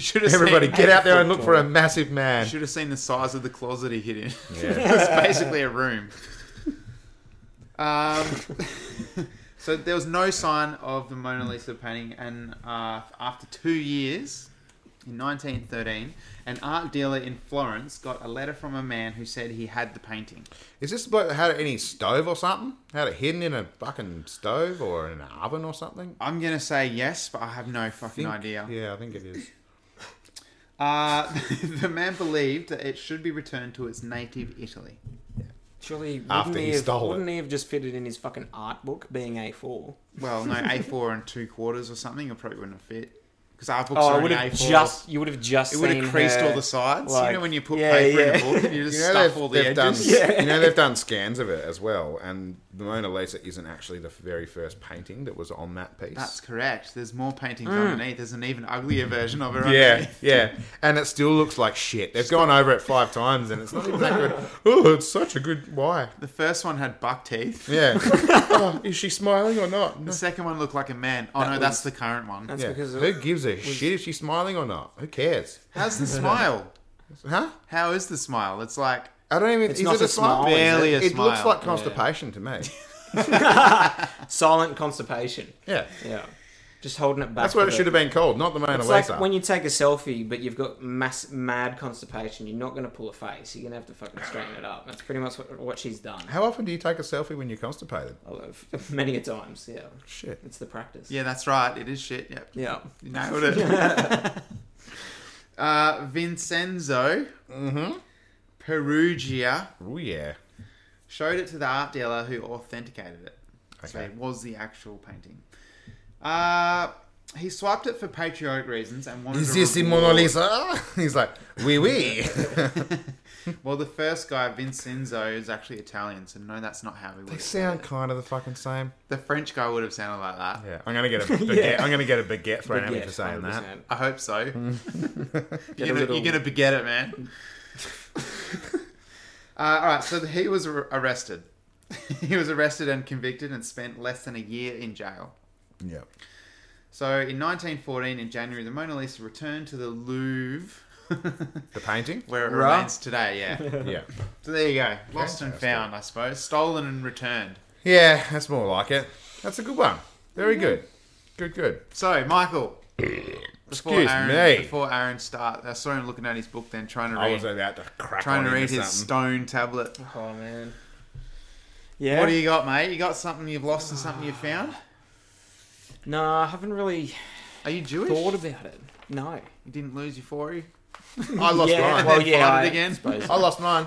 B: should have
A: Everybody,
B: seen,
A: get out there and look for a massive man.
B: You should have seen the size of the closet he hid in.
A: Yeah.
B: it's basically a room. Um, so there was no sign of the Mona Lisa painting, and uh, after two years, in 1913, an art dealer in Florence got a letter from a man who said he had the painting.
A: Is this bloke that had it in his stove or something? Had it hidden in a fucking stove or in an oven or something?
B: I'm gonna say yes, but I have no
A: I
B: fucking
A: think-
B: idea.
A: Yeah, I think it is.
B: Uh, the man believed that it should be returned to its native Italy.
C: Surely wouldn't
A: After
C: he,
A: he
C: have,
A: stole it.
C: wouldn't he have just fitted in his fucking art book being A4?
B: Well, no, A4 and two quarters or something, it probably wouldn't have fit. Because our books
C: Oh,
B: are
C: I would
B: only
C: have
B: A4.
C: just you would have just
B: it would have
C: seen
B: creased
C: her-
B: all the sides. you
C: like-
B: know when you put
C: Yeah,
B: paper in
C: yeah.
B: a book and you just
A: You know,
B: stuff
A: they've,
B: all the
A: they've done,
B: edges?
A: you know they've done scans of it as well, and the Mona Lisa isn't actually the very first painting that was on that piece.
B: That's correct. There's more paintings
C: Hmm.
B: underneath. There's an even uglier version of it.
A: yeah,
B: underneath.
A: yeah, and it still looks like shit. They've gone over it five times, and it's not even that good. Oh, it's such a good why?
B: The first one had buck teeth.
A: Yeah, oh, is she smiling or not?
B: The second one looked like a man. Oh,
C: That
B: no,
C: was-
B: that's the current one.
C: That's
A: Yeah.
C: because
A: Who gives a shit if she's smiling or not? Who cares?
B: How's the smile?
A: Huh?
B: How is the smile? It's like,
A: I don't even.
C: It's
A: is
C: not
A: it
C: a
A: a smile?
C: smile, is
B: Barely it? a
A: it looks
B: smile,
A: like
B: yeah.
A: constipation to me.
C: silent constipation.
A: Yeah,
C: Yeah. Just holding it back.
A: that's what
C: for
A: it
C: the-
A: should have been called, not the Mona
C: It's
A: Lisa.
C: like when you take a selfie, but you've got mass mad constipation. You're not going to pull a face. You're going to have to fucking straighten it up. That's pretty much what, what she's done.
A: How often do you take a selfie when you're constipated?
C: Although, Many a times, yeah.
A: Shit.
C: It's the practice.
B: yeah, that's right. It is shit. Yep.
C: Yeah.
B: You nailed it. uh, Vincenzo
A: Mm-hmm.
B: Perugia
A: Oh yeah.
B: showed it to the art dealer who authenticated it. So
A: Okay.
B: it was the actual painting. Uh, he swiped it for patriotic reasons and wanted
A: Is
B: to
A: this the
B: reward-
A: Mona Lisa? He's like, wee wee.
B: Well, the first guy, Vincenzo, is actually Italian, so no, that's not how we
A: they
B: would.
A: sound kind of the fucking same.
B: The French guy would have sounded like that.
A: Yeah, I'm gonna get a baguette.
C: Yeah.
A: I'm gonna get a baguette thrown at me
C: Baguette,
A: for saying that.
C: 100%.
B: I hope so.
C: Get
B: you're,
C: a
B: gonna,
C: little-
B: you're gonna beget it, man. uh, all right, so he was ar- arrested. he was arrested and convicted and spent less than a year in jail.
A: Yeah.
B: So in 1914, in January, the Mona Lisa returned to the Louvre,
A: The painting.
B: where it
C: Right.
B: remains today. Yeah.
A: Yeah.
B: So there you go. Lost and
A: Fantastic.
B: found, I suppose. Stolen and returned.
A: Yeah, that's more like it. That's a good one. Very good. Good. Good.
B: So, Michael. Before
A: Excuse
B: Aaron,
A: me.
B: Before Aaron start, I saw him looking at his book then, trying to
A: I was
B: read,
A: about to crack
B: trying
A: on
B: to
A: into
B: read his
A: something.
B: stone tablet.
C: Oh man. Yeah.
B: What do you got, mate? You got something you've lost and something you've found?
C: No, I haven't really
B: Are you Jewish?
C: thought about it. No.
B: You didn't lose your four-y?
A: I lost
C: Yeah,
A: mine.
B: And
C: well,
B: then
C: yeah,
B: flooded
C: I
B: again?
C: suppose.
A: I lost mine.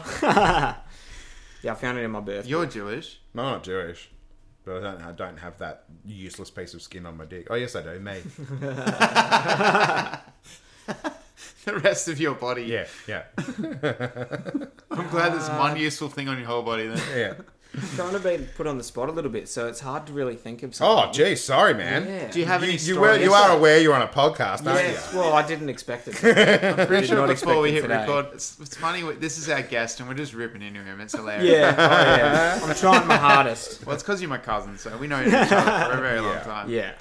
C: yeah, I found it in my birth.
B: You're Jewish.
A: No, I'm not Jewish, but I don't. I don't have that useless piece of skin on my dick. Oh yes, I do. Me.
B: The rest of your body.
A: Yeah. Yeah.
B: I'm glad there's
C: Uh,
B: one useful thing on your whole body then.
A: Yeah.
C: kind of been put on the spot a little bit, so it's hard to really think of
A: Oh,
C: something.
A: geez. Sorry, man.
C: Yeah.
B: Do you have
A: You,
B: any
A: you, were,
B: stories?
A: you are aware you're on a podcast, aren't
C: Yes. Well, I didn't expect it.
B: I'm pretty
C: Did
B: sure
C: not
B: before we hit
C: expect it today.
B: record, it's, it's funny, we- this is our guest and we're just ripping into him. It's hilarious.
C: yeah, oh, yeah. I'm trying my hardest.
B: Well, it's because you're my cousin, so we know each other for a very long
A: Yeah.
B: time.
C: Yeah.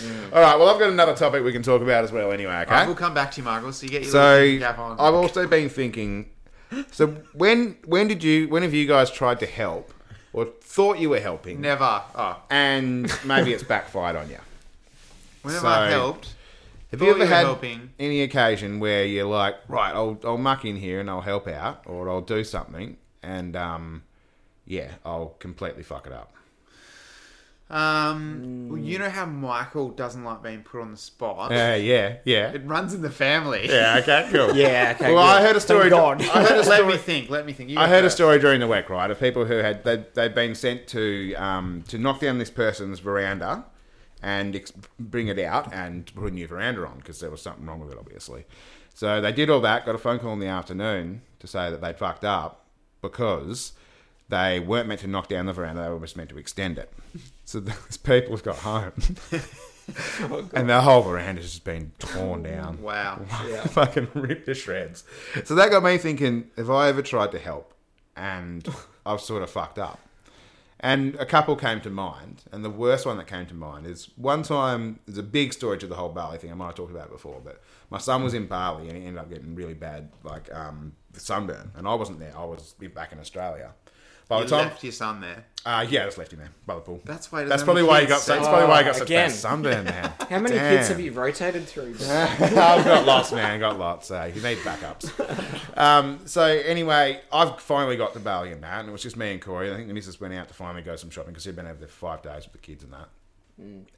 A: you? All right. Well, I've got another topic we can talk about as well. Anyway, okay.
B: All right, we'll come back to you, Michael, so you get your
A: So
B: little cap on.
A: I've also been thinking. So when when did you when have you guys tried to help or thought you were helping
B: Never. Oh,
A: and maybe it's backfired on you?
B: whenever
A: So-
B: I helped,
A: Have
B: Thought
A: you ever
B: you were
A: had
B: helping.
A: any occasion where you're like, right, I'll I'll muck in here and I'll help out or I'll do something and um yeah, I'll completely fuck it up.
B: um,
C: Hmm.
B: well, you know how Michael doesn't like being put on the spot.
A: Yeah, Uh, yeah, yeah.
B: It runs in the family.
A: Yeah, okay, cool.
C: Yeah. Okay.
A: Well, I
C: good.
A: heard a story.
C: Thank God.
A: I heard a
B: Let
A: story.
B: me think. Let me think. You
A: I
B: go
A: heard a
B: first.
A: story during the week, right, of people who had they they'd been sent to um, to knock down this person's veranda and ex- bring it out and put a new veranda on because there was something wrong with it, obviously. So they did all that. Got a phone call in the afternoon to say that they'd fucked up because they weren't meant to knock down the veranda; they were just meant to extend it. So these people got home, and their whole veranda's just been torn down
B: Oh, Wow.
C: Yeah.
A: fucking ripped to shreds. So that got me thinking: Have I ever tried to help? And I've sort of fucked up. And a couple came to mind, and the worst one that came to mind is one time. There's a big story to the whole Bali thing. I might have talked about it before, but my son was in Bali and he ended up getting really bad, like um, sunburn. And I wasn't there; I was back in Australia. By
B: You
A: the time,
B: left your son there.
A: uh, yeah, I just left him there by the pool.
B: That's why.
A: That's probably why you got. That's probably why I got such
C: Again.
A: bad sunburn, man.
C: How many
A: Damn.
C: kids have you rotated through?
A: I've got lots, man. Got lots. So you need backups. Um, so anyway, I've finally got to Bali and that, and it was just me and Corey. I think the missus went out to finally go some shopping because he'd been over there for five days with the kids and that.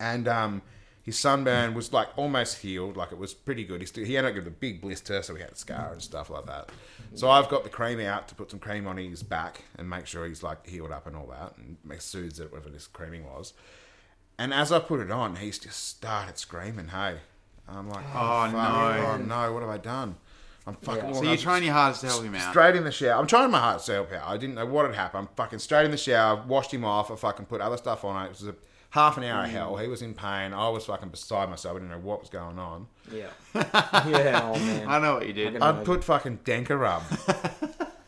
A: And um, his sunburn was like almost healed, like it was pretty good. He, still, he ended up with a big blister, so he had a scar and stuff like that. So I've got the cream out to put some cream on his back and make sure he's like healed up and all that, and make- soothes it, whatever this creaming was. And as I put it on, he's just started screaming, hey. I'm like, oh,
B: Oh,
A: no.
B: no.
A: Oh, no, what have I done? I'm fucking
C: Yeah.
B: So you're trying your hardest to help him out.
A: straight in the shower. I'm trying my hardest to help out. I didn't know what had happened. I'm fucking straight in the shower, washed him off. I fucking put other stuff on it. It was a half an hour of hell. He was in pain. I was fucking beside myself. I didn't know what was going on.
C: Yeah. Yeah. Oh man.
B: I know what you did.
C: I
A: I'd put fucking Denka rub.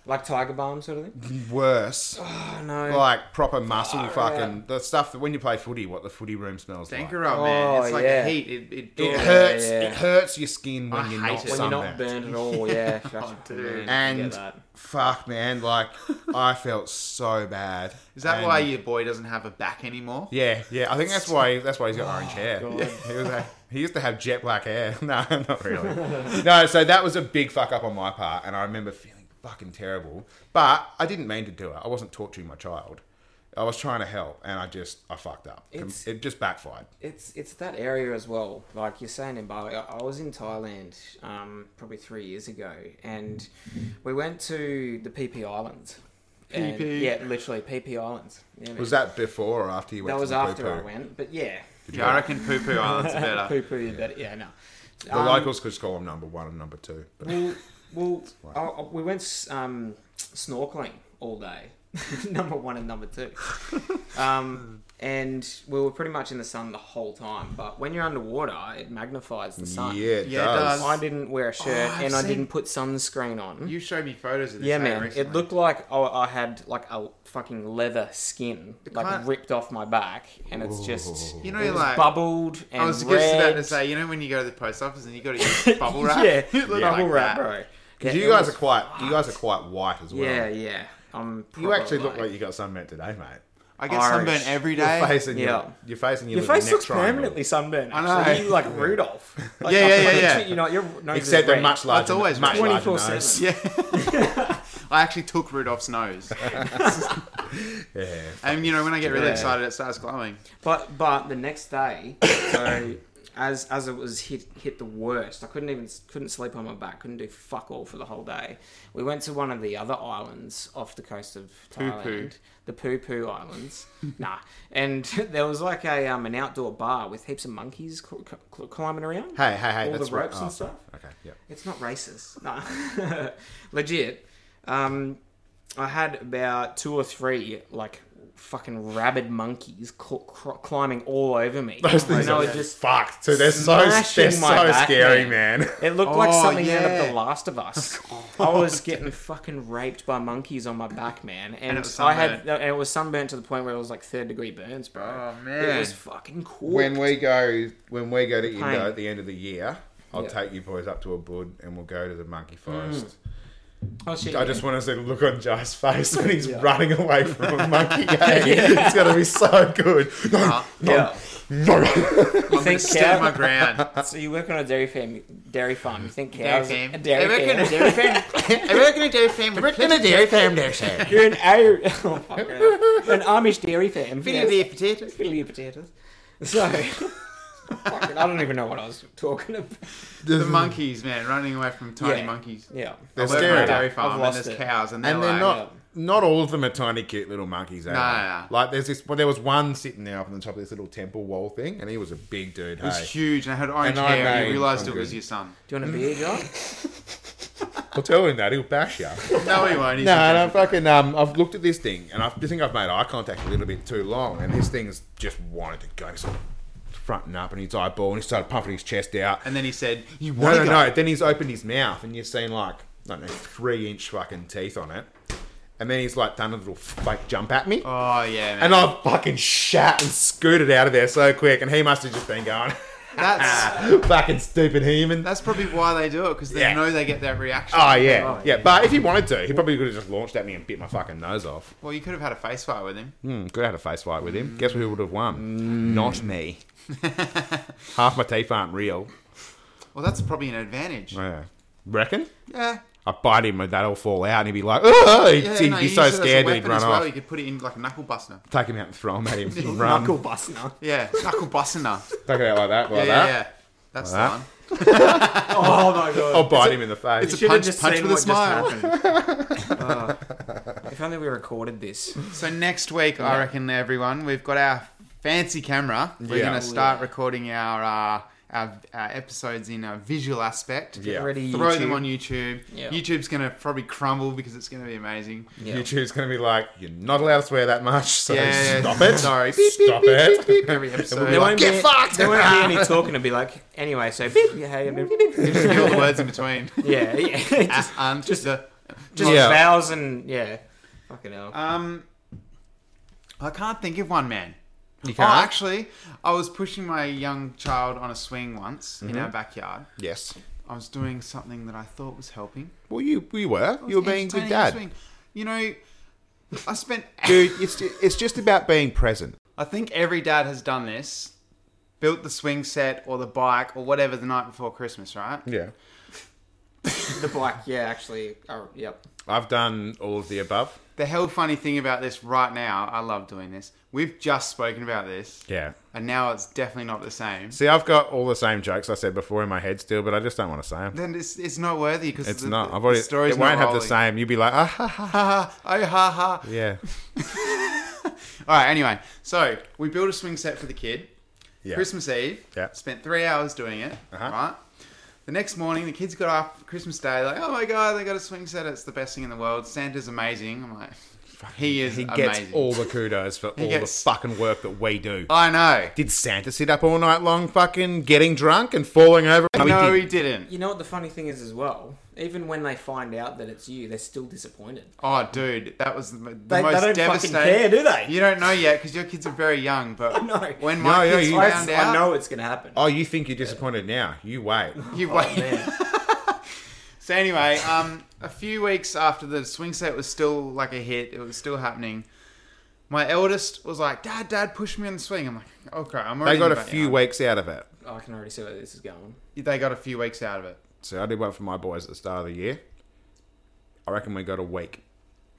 C: Like Tiger Balm sort of thing?
A: Worse.
C: Oh, no.
A: Like proper muscle
C: Far
A: fucking. The stuff that when you play footy, what the footy room smells like.
B: Danker up, man.
C: Oh,
B: It's like
C: yeah.
B: heat. It, it,
A: It
C: Yeah,
A: hurts.
C: yeah.
A: It hurts your skin when
B: I
A: you're
B: hate
A: not
B: it.
C: when
A: sunburned.
C: you're not burnt at all, yeah. oh,
B: dude.
A: And fuck, man, like I felt so bad.
B: Is that
A: And-
B: why your boy doesn't have a back anymore?
A: Yeah, yeah. I think that's why that's why he's got orange hair.
C: Oh, God.
A: Yeah, He was a, he used to have jet black hair. No, not really. No, so that was a big fuck up on my part, and I remember feeling fucking terrible. But I didn't mean to do it. I wasn't torturing my child. I was trying to help, and I just I fucked up.
C: It's-
A: it just backfired.
C: It's it's that area as well. Like you're saying in Bali, I, I was in Thailand um, probably three years ago, and we went to the PP Islands. And-
B: PP.
C: yeah, literally PP Islands. Yeah, man.
A: Was that before or after you went?
C: that
A: to
C: was
A: the
C: after I
A: poo-poo?
C: went, but yeah,
B: Yeah, I reckon Poo Poo Island's better.
C: Poo poo, you better. Yeah, no.
A: The
C: Um,
A: locals could just call them number one and number two. But
C: Well, well
A: Right.
C: I, I- we went s- um, snorkeling all day, number one and number two. Um, and we were pretty much in the sun the whole time. But when you're underwater, it magnifies the sun.
A: yeah, it
B: Yeah, it
A: does.
B: does.
C: I didn't wear a shirt
B: Oh, I've
C: and I
B: seen-
C: didn't put sunscreen on.
B: You showed me photos of this.
C: yeah,
B: hey,
C: man.
B: recently.
C: It looked like I, I had like a fucking leather skin like
B: can't-
C: ripped off my back, and it's just
B: You know,
C: it was
B: like-
C: bubbled and
B: I was
C: red.
B: just about to say, you know, when you go to the post office and you got to use bubble wrap.
C: yeah,
B: It
C: bubble
B: looked like
C: wrap,
B: that.
C: bro.
A: Because
C: Yeah,
A: you
C: it
A: guys
C: was
A: are quite, you guys are quite white as well.
C: Yeah, yeah. I'm
A: You actually
C: proper,
A: look like you got sunburnt today, mate.
B: I get
C: Irish.
B: sunburn every day.
A: Your face and
C: Yeah.
A: your, your face and your,
C: your
A: little
C: face
A: neck
C: looks
A: triangle.
C: permanently sunburned.
B: I
C: Actually,
B: know.
C: you like Rudolph. Like,
B: Yeah,
C: I
B: yeah, yeah,
C: fucking-
B: yeah.
C: You know, your nose
A: Except
C: is
A: they're
C: red.
A: much larger.
B: It's always
A: much
B: red.
A: larger
C: 24/7.
A: nose.
B: Yeah. I actually took Rudolph's nose.
A: Yeah.
B: And, you know, when I get really
C: Yeah.
B: excited, it starts glowing.
C: But but the next day, so as as it was hit hit the worst, I couldn't even couldn't sleep on my back, couldn't do fuck all for the whole day. We went to one of the other islands off the coast of
B: Poo-poo.
C: Thailand, the Poo Poo Islands. nah, and there was like a um, an outdoor bar with heaps of monkeys cl- cl- climbing around.
A: Hey, hey, hey.
C: All the
A: that's right.
C: ropes and
A: oh, sorry.
C: stuff.
A: Okay. Yep.
C: It's not racist. No. Legit. Um, I had about two or three, like, fucking rabid monkeys cl- cr- climbing all over me.
A: Those things
C: and I
A: are
C: was just.
A: fucked. Too. They're so
C: smashing
A: they're
C: my
A: so
C: back,
A: scary,
C: man.
A: man.
C: It looked like
B: Oh,
C: something out of
B: yeah. Oh.
C: The Last of Us. I was getting fucking raped by monkeys on my back, man, and,
B: it was
C: I had and it was sunburnt to the point where it was like third degree burns, bro.
B: Oh,
C: it
B: man.
C: was fucking cool.
A: When we go, when we go to Indo
C: Pain.
A: at the end of the year, I'll
C: Yeah.
A: take you boys up to a bud and we'll go to the monkey forest.
C: oh shit!
A: I just want to see the look on Jai's face when he's
C: Yeah.
A: running away from a monkey game. It's gonna be so good. No,
B: Ah,
C: yeah.
A: no.
B: I'm going to
C: think
B: stand
C: cow-
B: my ground.
C: So you work on a dairy farm? Dairy farm? You think cows?
B: Dairy farm.
C: A dairy
B: I work on a
C: farm.
B: dairy farm. I work on a dairy farm. with plenty-
A: dairy farm there, sir.
C: You're an Ar- oh, fucking hell. an Amish dairy farm.
B: Fiddly
C: yes.
B: dee potatoes.
C: Fiddly of potatoes. So, fucking, I don't even know what I was talking about.
B: The monkeys, man, running away from tiny
C: Yeah.
B: monkeys.
C: Yeah.
A: They're
B: I work on
A: scary.
B: a dairy
C: I've
B: farm and
C: lost
B: there's
C: it.
B: cows and they're,
A: And they're
B: like,
A: not. Not all of them are tiny, cute little monkeys. eh?
B: No, no, no.
A: Like there's this. Well, there was one sitting there up on the top of this little temple wall thing, and he was a big dude.
B: It was
A: Hey,
B: huge and I had orange
A: And I
B: hair and
A: made-
B: you realised
A: I'm
B: it was
A: good.
B: your son.
C: Do you want a beer, John?
A: I'll tell him that he'll bash you.
B: No, he won't. He's
A: No,
B: a
A: and
B: good
A: I'm fucking. Um, I've looked at this thing, and I think I've made eye contact a little bit too long, and this thing's just wanted to go. He's like fronting up, and his eyeball, and he started pumping his chest out.
B: And then he said, "You
A: No,
B: want
A: no,
B: to
A: no. Then he's opened his mouth, and you've seen like I don't know, three inch fucking teeth on it, and then he's like done a little fake jump at me,
B: Oh yeah, man.
A: and I fucking shat and scooted out of there so quick, and he must have just been going,
B: that's
A: fucking stupid human.
B: that's probably why they do it because they
A: Ah. Yeah.
B: know they get that reaction.
A: Oh yeah,
C: Oh,
A: yeah.
C: yeah.
A: But if he wanted to, he probably could have just launched at me and bit my fucking nose off.
B: Well, you could have had a face fight with him.
A: Mm, could have had a face fight with him. Guess who would have won? Not me. Hmm. Half my teeth aren't real.
B: Well, that's probably an advantage.
A: Yeah. Reckon?
B: Yeah.
A: I bite him and that'll fall out and he'd be like, oh, he'd,
B: Yeah,
A: he'd
B: no,
A: be
B: you
A: so
B: use it as a
A: scared that he'd
B: weapon
A: run
B: as well.
A: off.
B: You could put it in like a knuckle buster.
A: Take him out and throw him at him. run.
C: Knuckle bustner.
B: Yeah, knuckle buster.
A: Take it out like that, like
B: Yeah, yeah,
A: that.
B: yeah. That's
A: Like
B: the
A: that.
B: one.
C: Oh my god.
A: I'll bite him in the face.
B: It's a
C: Should've
B: punch,
C: just
B: punch
C: seen
B: with a
C: what just
B: smile.
C: If only we recorded this.
B: So next week, I reckon everyone, we've got our fancy camera. We're
A: Yeah.
B: going
A: Oh,
B: to start
C: yeah.
B: recording our uh, our, our episodes in a visual aspect.
A: Yeah.
C: Ready,
B: Throw them
C: YouTube.
B: on YouTube.
C: Yeah.
B: YouTube's going to probably crumble because it's going to be amazing.
C: Yeah.
A: YouTube's going to be like, you're not allowed to swear that much, so
B: Yeah,
A: stop
B: yeah,
A: it.
B: sorry. Beep, beep,
A: Stop it.
B: Every episode.
A: They
C: There won't,
A: Get
C: be,
A: fucked!
C: there won't be any talking to be like, anyway, so beep, yeah, hey, beep, beep, beep.
B: Just do all the words in between.
C: yeah, yeah. just
B: Ah, um, just the,
C: just
A: Yeah.
C: vowels and, yeah. Fucking hell.
B: um, I can't think of one, man.
A: You
B: Oh,
A: can't?
B: actually, I was pushing my young child on a swing once
A: Mm-hmm.
B: in our backyard.
A: Yes.
B: I was doing something that I thought was helping.
A: Well, you, you were. You were being good
B: Entertaining
A: dad.
B: swing. You know, I spent.
A: Dude, it's, ju- it's just about being present.
B: I think every dad has done this. Built the swing set or the bike or whatever the night before Christmas, right?
A: Yeah.
C: the black, yeah, actually. Oh, yep.
A: I've done all of the above.
B: The hell funny thing about this right now, I love doing this. We've just spoken about this,
A: Yeah.
B: and now it's definitely not the same.
A: See, I've got all the same jokes I said before in my head still, but I just don't want to say them.
B: Then it's, it's not worthy because
A: It's
B: the,
A: not.
B: The,
A: I've already.
B: The story's
A: It won't
B: not
A: have the
B: rolling.
A: same. You'll be like, ah ha ha.
B: Ha ha! Oh ha ha!
A: Yeah.
B: All right. Anyway, so we built a swing set for the kid,
A: Yeah.
B: Christmas Eve.
A: Yeah.
B: Spent three hours doing it.
A: Uh-huh.
B: Right. The next morning, the kids got up Christmas Day, like, oh my god, they got a swing set. It's the best thing in the world. Santa's amazing. I'm like, he is
A: He gets
B: amazing.
A: all the kudos for all
B: gets-
A: the fucking work that we do.
B: I know.
A: Did Santa sit up all night long fucking getting drunk and falling over? No, he
B: no,
A: didn't.
B: he didn't.
C: You know what the funny thing is as well? Even when they find out that it's you, they're still disappointed.
B: Oh, dude, that was the, the
C: They, they
B: most
C: don't fucking
B: devastating.
C: care, do they?
B: You don't know yet because your kids are very young. But
C: know.
B: when my
A: No, yeah,
B: kids
A: you-
C: I,
B: found
C: I
B: out,
C: know it's going to happen.
A: Oh, you think you're disappointed now? You wait.
B: you
C: Oh,
B: wait.
C: man.
B: So anyway, um, a few weeks after the swing set was still like a hit, it was still happening. My eldest was like, "Dad, Dad, push me on the swing." I'm like, "Okay, I'm
A: They
B: already."
A: got a
B: about-
A: few weeks out of it.
C: Oh, I can already see where this is going.
B: They got a few weeks out of it.
A: So I did one for my boys at the start of the year. I reckon we got a week.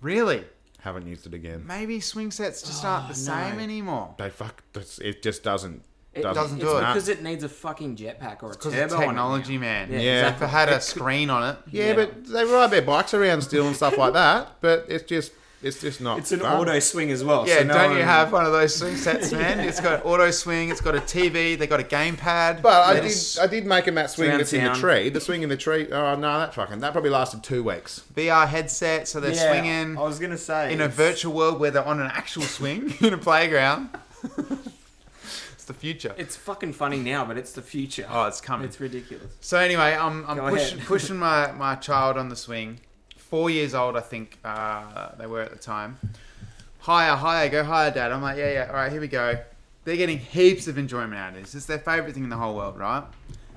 B: Really?
A: Haven't used it again.
B: Maybe swing sets just aren't the
C: Oh, no.
B: same anymore.
A: They fuck. that's- It just doesn't.
B: doesn't
C: it's
B: do it.
C: because it needs a fucking jetpack or a
B: Because
C: turbo.
B: of
C: on it
B: technology,
C: now.
B: man.
C: Yeah,
A: Yeah.
B: If it
C: exactly.
B: had a screen on it,
A: Yeah,
C: Yeah.
A: but they ride their bikes around still and stuff like that. But it's just, it's just not.
C: It's an
A: fun.
C: auto swing as well.
B: Yeah,
C: so no
B: don't
C: one-
B: you have one of those swing sets, man? It's got auto swing, it's got a TV, they got a game pad.
A: But I did,
B: Yes.
A: I did make him that swing
C: Surround
A: that's in the
C: sound.
A: tree. The swing in the tree. Oh no, that fucking that probably lasted two weeks.
B: VR headset, so they're
C: Yeah,
B: swinging
C: I was gonna say
B: in a
C: it's-
B: virtual world where they're on an actual swing in a playground. it's the future.
C: It's fucking funny now, but it's the future.
B: oh, it's coming.
C: It's ridiculous.
B: So anyway, I'm,
C: Go
B: I'm
C: ahead.
B: pushing, pushing my, my child on the swing. Four years old, I think uh, they were at the time. Higher, higher, go higher, Dad. I'm like, yeah, yeah, all right, here we go. They're getting heaps of enjoyment out of this. It's their favourite thing in the whole world, right?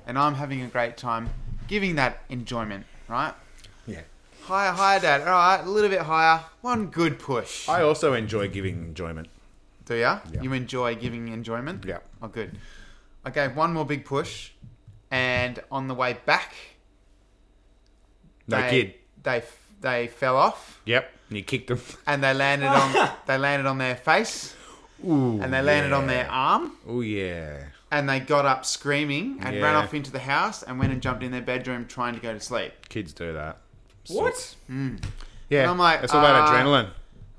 B: And I'm having a great time giving that enjoyment, right?
A: Yeah.
B: Higher, higher, Dad. All right, a little bit higher. One good push.
A: I also enjoy giving enjoyment.
B: Do ya?
A: Yeah.
B: You enjoy giving enjoyment?
A: Yeah.
B: Oh, good. I gave one more big push, and on the way back,
A: No
B: they,
A: kid.
B: They they fell off
A: Yep. And you kicked them.
B: and they landed on they landed on their face
A: Ooh.
B: and they landed on their arm
A: Oh yeah.
B: and they got up screaming and
A: Yeah.
B: ran off into the house and went and jumped in their bedroom trying to go to sleep.
A: Kids do that.
C: What?
A: Hmm. Yeah.
B: And I'm like,
A: it's all about
B: uh,
A: adrenaline.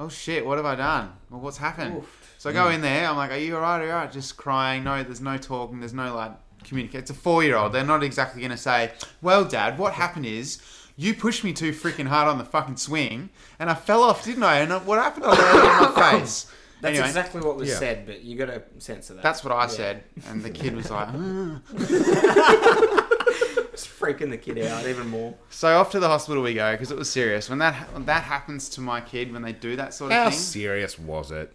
B: Oh shit! What have I done? Well, what's happened?
C: Oof. Mm.
B: So I go in there. I'm like, "Are you alright? Are you alright?" Just crying. No, there's no talking. There's no like communicate. It's a four year old. They're not exactly gonna say, "Well, Dad, what happened is you pushed me too freaking hard on the fucking swing, and I fell off, didn't I? And what happened? I landed on my face."
C: That's
B: Anyway.
C: exactly what was
A: Yeah.
C: said, but you got to censor that.
B: That's what I
C: Yeah.
B: said, and the kid was like. "Ugh."
C: It's freaking the kid out even more.
B: So off to the hospital we go because it was serious. When that when that happens to my kid, when they do that sort of
A: How
B: thing,
A: serious was it?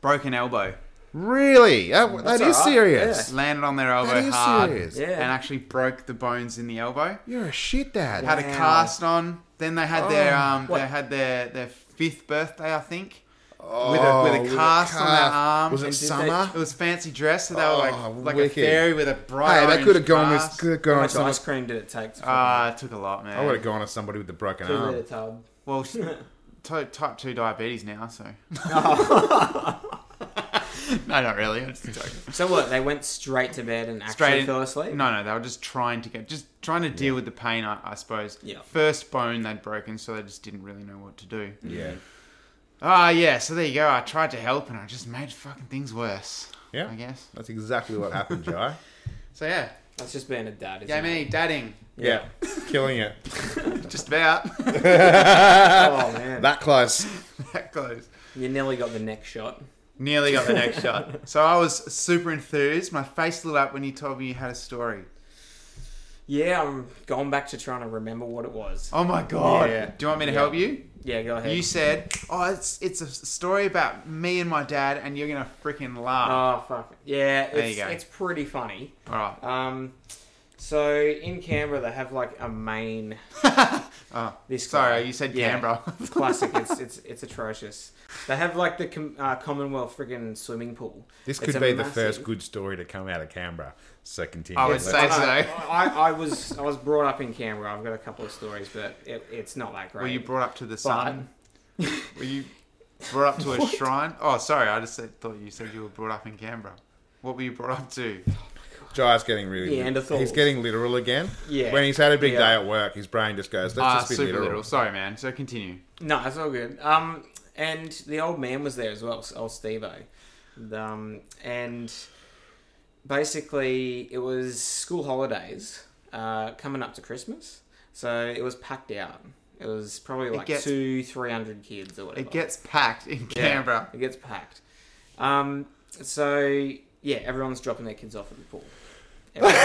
B: broken elbow,
A: Really? That, that
C: all
A: is
C: right,
A: serious.
B: landed on their elbow
A: That is
B: hard,
A: serious.
C: Yeah.
B: and actually broke the bones in the elbow.
A: You're a shit dad.
B: Had a
C: Wow.
B: cast on. Then they had their
C: Oh,
B: um,
C: what?
B: they had their their fifth birthday, I think.
A: Oh,
B: with a- with a cast on their arm
A: Was it
C: and did they-
A: summer?
B: It was fancy dress, so they were
A: Oh,
B: like like
A: wicked.
B: a fairy with a bright.
A: Hey, that
B: orange
A: could have gone with
B: cast.
A: could have
C: How
A: gone with
C: much
A: someone.
C: ice cream did it take to fucking
B: Ah, it took a lot, man.
A: I would have gone with somebody with the broken
C: two litre
A: arm.
C: tub?
B: Well, she- ty- type two diabetes now, so. no, not really. I'm just joking.
C: So what? They went straight to bed and actually
B: Straight in-
C: fell asleep.
B: No, no, they were just trying to get, just trying to deal with the pain, I, I suppose.
C: Yeah.
B: First bone they'd broken, so they just didn't really know what to do.
A: Yeah.
B: Ah, yeah. So there you go. I tried to help, and I just made fucking things worse.
A: Yeah.
B: I guess.
A: That's exactly what happened, Jai.
B: So yeah,
C: That's just being a dad. Isn't
B: yeah,
C: it?
B: me dadding,
A: yeah. Killing it.
B: just about
C: Oh man,
A: That close.
B: that close.
C: you nearly got the neck shot.
B: Nearly got the next shot. So I was super enthused. My face lit up when you told me you had a story.
C: Yeah, I'm going back to trying to remember what it was.
B: Oh my god!
A: Yeah.
B: Do you want me to
C: Yeah.
B: help you?
C: Yeah, go ahead.
B: You said, "Oh, it's it's a story about me and my dad," and you're gonna freaking laugh.
C: Oh fuck. Yeah, it's,
B: There you go.
C: it's pretty funny.
B: All right.
C: Um, so in Canberra they have like a main.
B: Oh,
C: this
B: Sorry,
C: guy.
B: you said
C: Yeah.
B: Canberra.
C: It's classic. It's it's it's atrocious. They have like the com- uh, Commonwealth friggin' swimming pool.
A: This
C: It's
A: could
C: a
A: be the
C: massive-
A: first good story to come out of Canberra. So continue.
B: I would
A: Let's-
B: say so.
C: I, I, I was I was brought up in Canberra. I've got a couple of stories, but it, it's not that great.
B: Were you brought up to the sun? were you brought up to a shrine? Oh, sorry, I just said, thought you said you were brought up in Canberra. What were you brought up to?
A: Jai's getting really. lit-
C: Neanderthals.
A: He's getting literal again.
C: Yeah.
A: When he's had a big
C: Yeah.
A: day at work, his brain just goes, let's
B: Ah,
A: just be
B: super literal.
A: literal.
B: Sorry, man. So continue.
C: No, it's all good. Um, and the old man was there as well, old Stevo. Um, and basically, it was school holidays uh, coming up to Christmas, so it was packed out. It was probably like
B: gets-
C: two, three hundred kids or whatever.
B: It gets packed in
C: Yeah,
B: Canberra.
C: it gets packed. Um, so yeah, everyone's dropping their kids off at the pool. Everyone,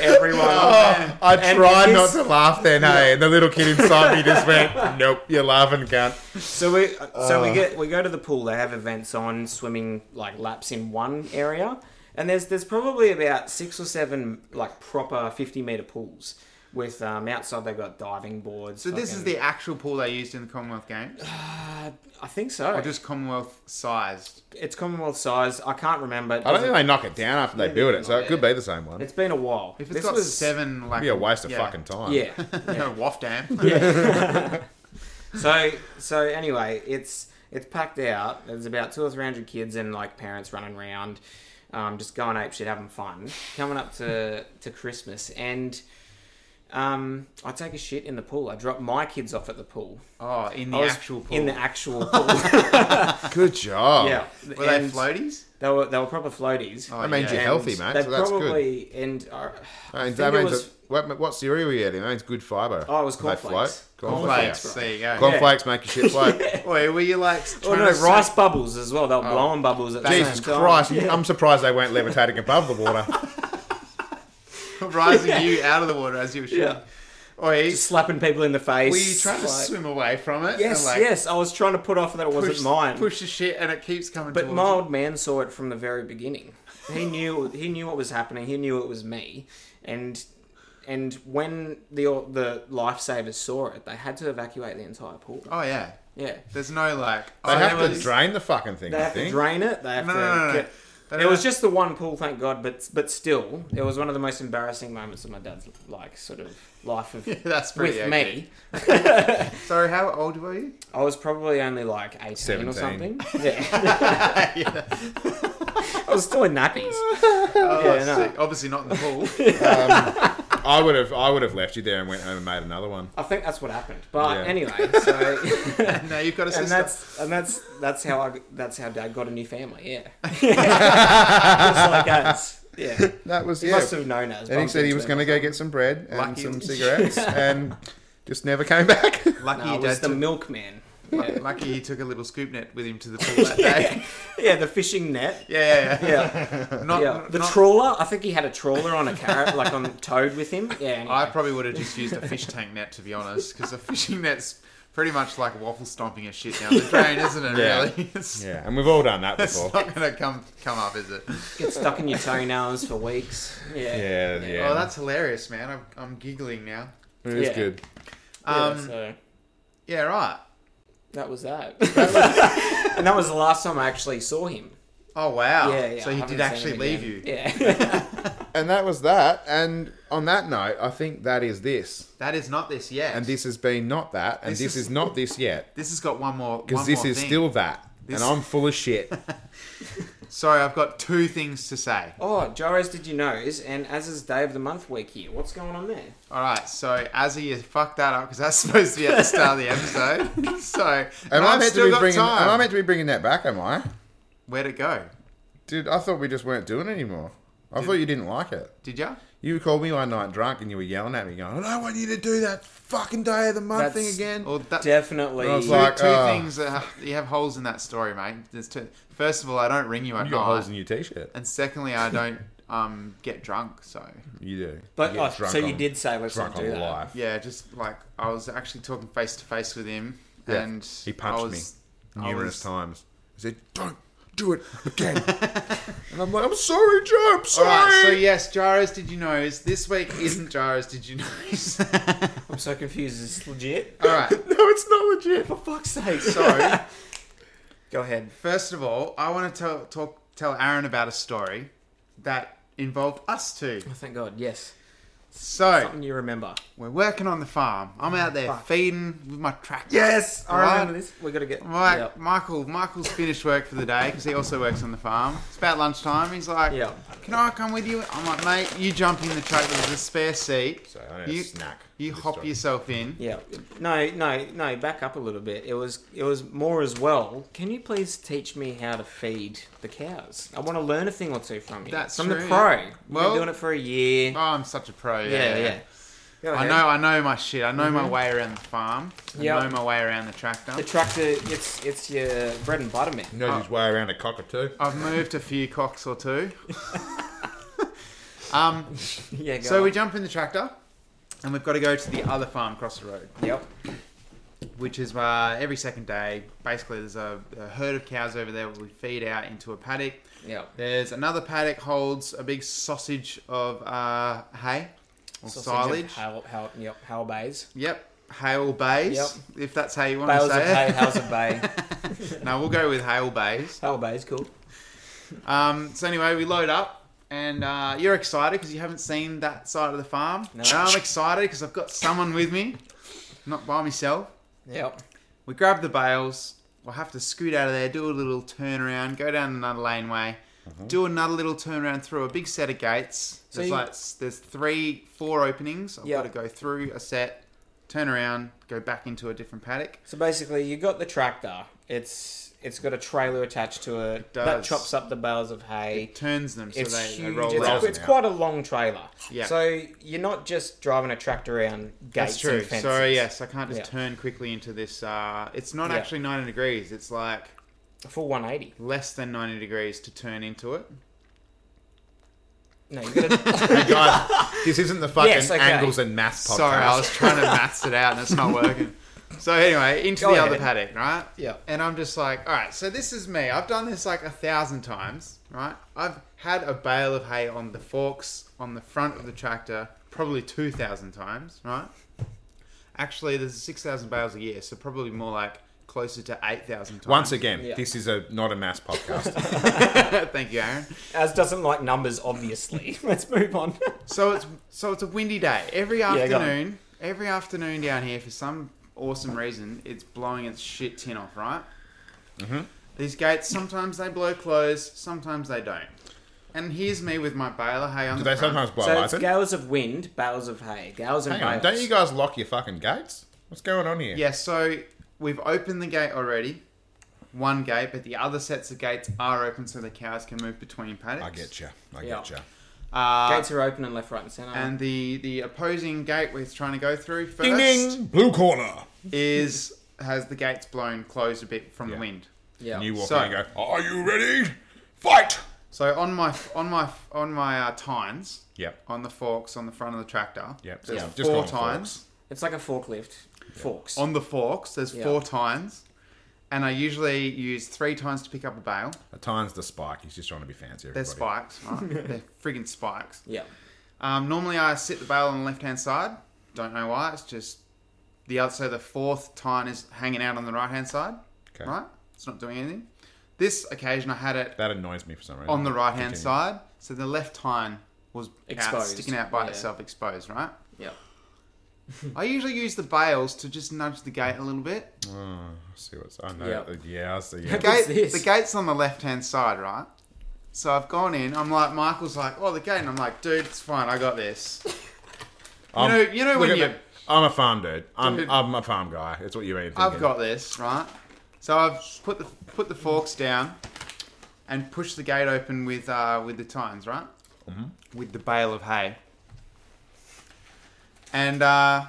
C: Everyone-
A: Oh, I
C: And
A: tried
C: it
A: not
C: is-
A: to laugh then, hey? And the little kid inside me just went, nope, you're laughing, cunt.
C: So we so
B: Uh.
C: we get we go to the pool. They have events on swimming like laps in one area, and there's there's probably about six or seven like proper fifty meter pools. With um, outside they've got diving boards.
B: So this is
C: fucking-
B: the actual pool they used in the Commonwealth Games,
C: I think so.
B: or just Commonwealth sized.
C: It's Commonwealth size. I can't remember. It
A: I don't
C: doesn't-
A: think they knock it down after they build it, so it could be the same one. It'd
C: It's been a while.
B: If it's got seven, like
A: be a waste of
B: yeah.
A: fucking time.
C: Yeah.
B: no waff dam.
C: so so anyway, it's it's packed out. There's about two or three hundred kids and like parents running around, um, just going ape shit, having fun. Coming up to to Christmas, and um, I take a shit in the pool. I drop my kids off at the pool.
B: Oh, in the
C: I was
B: actual pool.
C: In the actual pool.
A: Good job.
C: yeah.
B: Were they
C: And
B: floaties?
C: They were they were proper floaties.
B: Oh,
A: That means
B: yeah.
A: you're healthy, mate,
C: They
A: so that's good.
C: probably and uh, I
A: And
C: think
A: that
C: it
A: means
C: was-
A: that- what, what cereal were you eating? That means good fibre.
C: Oh, it was
A: Do they
C: cornflakes.
A: float?
B: Cornflakes.
A: Cornflakes.
B: There you go.
A: Cornflakes make your shit float.
B: Wait, were you like
C: Oh
B: trying
C: no,
B: to Oh.
C: rice bubbles as well. They were blowing bubbles at the
A: Jesus
C: same time.
A: Christ, I'm surprised they weren't levitating above the water.
B: rising you out of the water as you were shooting?
C: Yeah.
B: Oi,
C: Just slapping people in the face.
B: were you trying to
C: like-
B: swim away from it?
C: Yes,
B: and, like,
C: yes. I was trying to put off that it wasn't
B: Push,
C: mine.
B: push the shit, and it keeps coming.
C: but
B: towards
C: my
B: you.
C: old man saw it from the very beginning. He knew he knew what was happening. He knew it was me, and and when the the lifesavers saw it, they had to evacuate the entire pool.
B: Oh yeah.
C: Yeah,
B: There's no like.
A: They
B: oh,
A: have
B: that
A: to
B: was-
A: drain the fucking thing,
C: they
A: I
C: have to
A: think.
C: drain it. They have
B: No,
C: to.
B: no, no, no.
C: get-
B: They
C: it
B: don't
C: was just the one pool, thank God. But but still, it was one of the most embarrassing moments of my dad's like sort of life of
B: That's pretty.
C: with
B: okay.
C: me.
B: Sorry, how old were you?
C: I was probably only like 18
A: 17.
C: or something. Yeah. I was still in nappies.
B: Oh,
C: Yeah, no.
B: sick. Obviously not in the pool.
A: I would have I would have left you there and went home and made another one.
C: I think that's what happened. But
A: Yeah.
C: anyway, so
B: no, you've got a sister.
C: and that's and that's that's how I that's how Dad got a new family. Yeah. Just like us. Yeah. He
A: That was
C: must have known us.
A: And he said he was going to go get some bread and
B: Lucky.
A: some cigarettes and just never came back.
B: Lucky
C: No,
B: your dad
C: it was the
B: took,
C: milkman. Yeah.
B: lucky he took a little scoop net with him to the pool that day.
C: yeah, the fishing net.
B: yeah, yeah, yeah.
C: Yeah,
B: Not,
C: yeah. The
B: not-
C: trawler. I think he had a trawler on a carrot, like on toad with him. Yeah. Anyway.
B: I probably would have just used a fish tank net to be honest, because a fishing net's pretty much like waffle stomping a shit down the drain, isn't it?
A: Yeah.
B: Really, it's,
A: yeah, and we've all done that
B: it's
A: before.
B: not gonna come come up, is it?
C: Get stuck in your toenails for weeks. Yeah.
A: Yeah, yeah.
B: Oh, that's hilarious, man. I'm, I'm giggling now.
A: it was
C: yeah.
A: good.
C: Yeah,
B: Um,
C: so
B: yeah, right.
C: that was that. and that was the last time I actually saw him.
B: Oh wow.
C: yeah, yeah.
B: so
C: I
B: he
C: haven't
B: did
C: seen
B: actually
C: him
B: leave you.
C: again. Yeah.
A: And that was that. And on that note, I think that is this.
B: That is not this yet.
A: And this has been not that. And
B: This
A: this,
B: is-
A: is, not this yet.
B: This has got one more.
A: Because
B: one
A: this
B: more
A: is
B: thing.
A: still that.
B: This-
A: And I'm full of shit.
B: Sorry, I've got two things to say.
C: oh, Gyros, did you know? Is and as is day of the month week here. What's going on there?
B: All right, so Azzy, you fucked that up because that's supposed to be at the start of the episode. so
A: Am
B: and
A: I
B: I've
A: meant to
B: still
A: be
B: got
A: bringing?
B: time.
A: Am I meant to be bringing that back? Am I?
B: Where'd it go?
A: Dude, I thought we just weren't doing it anymore. I thought you didn't like it.
B: Did ya?
A: You called me one night drunk and you were yelling at me, going, "I don't want you to do that fucking day of the month thing
C: That's-
A: again."
B: Or that,
C: Definitely.
A: I was
B: Two-
A: like,
B: two
A: uh,
B: things that ha- you have holes in that story, mate. There's two. First of all, I don't ring you at
A: You
B: night,
A: got holes in your t-shirt.
B: and secondly, I don't um, get drunk. So
A: You do.
C: but
A: You get
C: oh,
A: drunk
C: so you
A: on-
C: did say let's not
A: drunk
C: do
A: on
C: that.
A: life.
B: yeah, just like I was actually talking face to face with him,
A: Yeah,
B: and
A: he punched
B: I was, I
A: numerous
B: was-
A: times. He said, "Don't do it again." and I'm like, "I'm sorry, Joe. I'm
B: All
A: sorry."
B: right, so yes, Jaro's Did You Knows. This week isn't Jaro's Did You Knows.
C: I'm so confused. Is this legit?
B: All right,
A: no, it's not legit.
C: For fuck's sake.
B: so
C: Go ahead.
B: first of all, I want to tell, talk, tell Aaron about a story that involved us two.
C: Oh, thank God. Yes.
B: So
C: Something you remember.
B: we're working on the farm. I'm out there
C: Fuck.
B: feeding with my tractor.
C: Yes, I
B: Right.
C: remember this. We gotta get.
B: Mike,
C: Yep.
B: Michael, Michael's finished work for the day because he also works on the farm. It's about lunchtime. He's like,
C: Yeah.
B: "Can I come with you?" I'm like, "Mate, you jump in the truck. There's a spare seat."
A: So I need
B: You-
A: a snack.
B: You hop
A: story.
B: yourself in.
C: Yeah. No, no, no. Back up a little bit. It was, it was more as well. Can you please teach me how to feed the cows? I want to learn a thing or two from you.
B: That's
C: from
B: true.
C: the pro. You've
B: Well-
C: been doing it for a year.
B: Oh, I'm such a pro. Yeah,
C: yeah, yeah. Go
B: I
C: ahead. Mm-hmm.
B: know, I know my shit. I know my way around the farm. I
C: Yeah.
B: know my way around the tractor.
C: The tractor. It's it's your bread and butter, man.
A: He knows his way around a cockatoo.
B: I've moved a few cocks or two. um,
C: Yeah. Go
B: so we
C: on.
B: jump in the tractor, and we've got to go to the other farm across the road,
C: Yep.
B: which is uh, every second day. Basically, there's a, a herd of cows over there. We feed out into a paddock.
C: Yep.
B: There's another paddock holds a big sausage of uh, hay or
C: Sausage and
B: silage.
C: Hal, hal, yep. Hal bays.
B: Yep, hail bays. If that's how you want
C: Bales
B: to
C: of
B: say it.
C: hay. How's of bay.
B: No, we'll go with hail bays.
C: Hal bays. Cool.
B: Um, so anyway, we load up, and uh, you're excited because you haven't seen that side of the farm.
C: No.
B: And I'm excited because I've got someone with me, not by myself.
C: Yep.
B: We grab the bales. We'll have to scoot out of there, do a little turnaround, go down another laneway, do another little turnaround through a big set of gates.
C: So
B: there's
C: you-
B: like there's three, four openings. I've
C: Yeah.
B: got to go through a set, turn around, go back into a different paddock.
C: So basically, you got the tractor. It's it's got a trailer attached to it. That
B: does.
C: chops up the bales of hay.
B: It turns them so
C: It's
B: they, they
C: huge.
B: roll
C: it's
A: rolls
B: out.
A: them
C: it's
A: out.
C: quite a long trailer.
B: Yeah.
C: So you're not just driving a tractor around gates
B: That's true.
C: and fences.
B: So yes, I can't just
C: Yeah.
B: turn quickly into this. Uh, it's not
C: Yeah.
B: actually ninety degrees. It's like
C: A full 180.
B: less than ninety degrees to turn into it.
C: No, you got to.
A: Hey guys, this isn't the fucking
C: Yes, okay.
A: angles and math podcast.
B: Sorry, I was trying to maths it out and it's not working. So anyway, into
C: Go
B: the other
C: ahead.
B: paddock, right?
C: Yeah.
B: And I'm just like, all right. So this is me. I've done this like a thousand times, right? I've had a bale of hay on the forks on the front of the tractor probably two thousand times, right? Actually, there's six thousand bales a year, so probably more like closer to eight thousand times.
A: Once again,
C: Yeah.
A: this is a not a math podcast.
B: thank you, Aaron.
C: As doesn't like numbers, obviously. Let's move on.
B: So it's so it's a windy day. Every
C: Yeah, go on.
B: afternoon, every afternoon down here, for some awesome reason, it's blowing its shit tin off. Right? Mm-hmm. These gates sometimes they blow closed, sometimes they don't. And here's me with my baler hay on
A: Do
B: the
A: they
B: front.
A: sometimes blow
C: so
A: so
C: it's gales of wind, bales of hay, gales and
A: Hang on,
C: bales.
A: don't you guys lock your fucking gates? What's going on here?
B: Yeah. So we've opened the gate already. One gate, but the other sets of gates are open so the cows can move between paddocks.
A: I get you. I
C: Yeah.
A: get you.
B: Uh,
C: Gates are open and left, right, and centre.
B: and the the opposing gate we're trying to go through first.
A: Ding ding, blue corner.
B: is has the gates blown closed a bit from
A: Yeah.
B: the wind.
C: yeah.
A: And you walk
B: So-
A: in and go, "Are you ready? Fight!"
B: So on my on my on my uh, tines,
A: Yep.
B: on the forks on the front of the tractor,
A: Yep. So
B: there's
A: yeah, just
B: four
A: call them
B: tines
C: It's like a forklift. Forks.
B: on the forks. There's
C: Yeah.
B: four tines, and I usually use three tines to pick up a bale.
A: A tine's the spike. He's just trying to be fancy.
B: They're
A: Everybody.
B: spikes, right? They're friggin' spikes.
C: yeah.
B: Um, normally I sit the bale on the left hand side. Don't know why. It's just the other. So the fourth tine is hanging out on the right hand side.
A: Okay.
B: Right. It's not doing anything. This occasion I had it
A: That annoys me for some reason.
B: on the right hand
A: Continue.
B: side. So the left tine was out,
C: Exposed,
B: sticking out by
C: yeah. Hmm.
B: itself, exposed, right?
C: Yeah.
B: I usually use the bales to just nudge the gate a little bit.
A: Oh, I see what's. I know.
C: Yep.
A: Yeah, I see.
B: The,
A: Yeah.
C: Okay. What's
B: gate,
C: this?
B: the gate's on the left hand side, right? So I've gone in. I'm like, Michael's like, oh, the gate. And I'm like, dude, it's fine. I got this.
A: I'm-
B: know- you know
A: Um, look
B: when
A: at
B: you-
A: me. I'm a farm dude. I'm,
B: Dude.
A: I'm a farm guy. It's what you mean.
B: I've got this, right? So I've put the put the forks down and pushed the gate open with uh, with the tines, right?
A: Mm-hmm.
B: With the bale of hay. And uh,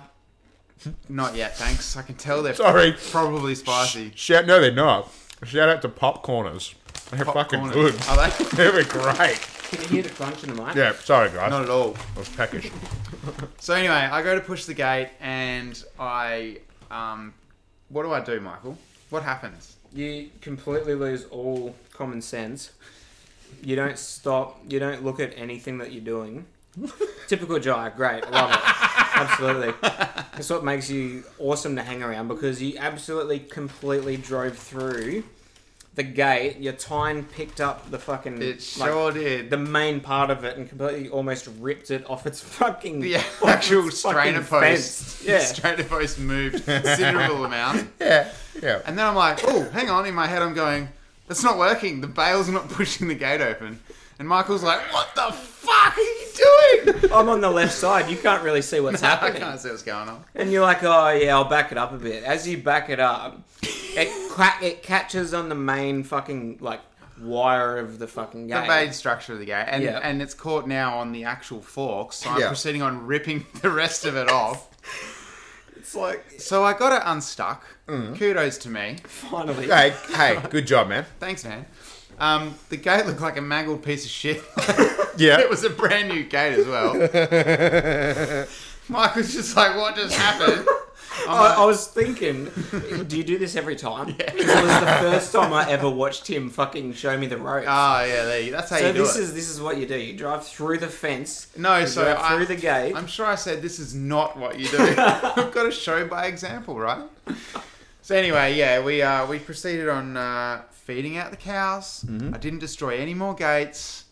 B: not yet, thanks. I can tell they're
A: Sorry.
B: probably spicy.
A: Shout no, they're not. Shout out to Pop Corners. They're fucking
B: Popcorn.
A: good.
B: Are they?
A: They were great.
C: Can you hear the crunch in the mic?
A: Yeah, sorry guys.
B: Not at all.
A: I was peckish.
B: So anyway, I go to push the gate and I um, what do I do, Michael? What happens?
C: You completely lose all common sense. You don't stop. You don't look at anything that you're doing. Typical Jai, great, I love it, absolutely. That's what makes you awesome to hang around because you absolutely completely drove through the gate. Your time picked up the fucking
B: It
C: like,
B: sure did.
C: the main part of it and completely almost ripped it off its fucking
B: The
C: off
B: actual
C: its fucking
B: strainer
C: fence.
B: post.
C: Yeah,
B: strainer post moved considerable amount.
A: Yeah, yeah.
B: And then I'm like, oh, hang on. In my head, I'm going, that's not working. The bale's not pushing the gate open. And Michael's like, what the fuck? Are you
A: you doing?
C: I'm on the left side. You can't really see what's
B: I
C: happening.
B: can't see what's going on.
C: And you're like, oh yeah, I'll back it up a bit. As you back it up, it cla- it catches on the main fucking like wire of the fucking
B: The
C: game.
B: main structure of the game, and
C: Yeah.
B: and it's caught now on the actual forks. So I'm
A: Yeah.
B: proceeding on ripping the rest of it off.
C: It's like
B: So I got it unstuck.
C: Mm.
B: Kudos to me.
C: finally.
A: hey, hey, good job, man.
B: Thanks, man. Um, the gate looked like a mangled piece of shit.
A: Yeah.
B: it was a brand new gate as well. Mike was just like, "What just happened?" I'm
C: I,
B: like,
C: I was thinking, do you do this every time? It was the first time I ever watched him fucking show me the ropes.
B: Ah, yeah, there you, that's how
C: so
B: you do
C: this
B: it.
C: is this is what you do. You drive through the fence.
B: no,
C: you
B: so
C: drive
B: I,
C: through the gate.
B: I'm sure I said this is not what you do. I've got to show by example, right? So anyway, yeah, we uh, we proceeded on uh, feeding out the cows. I didn't destroy any more gates.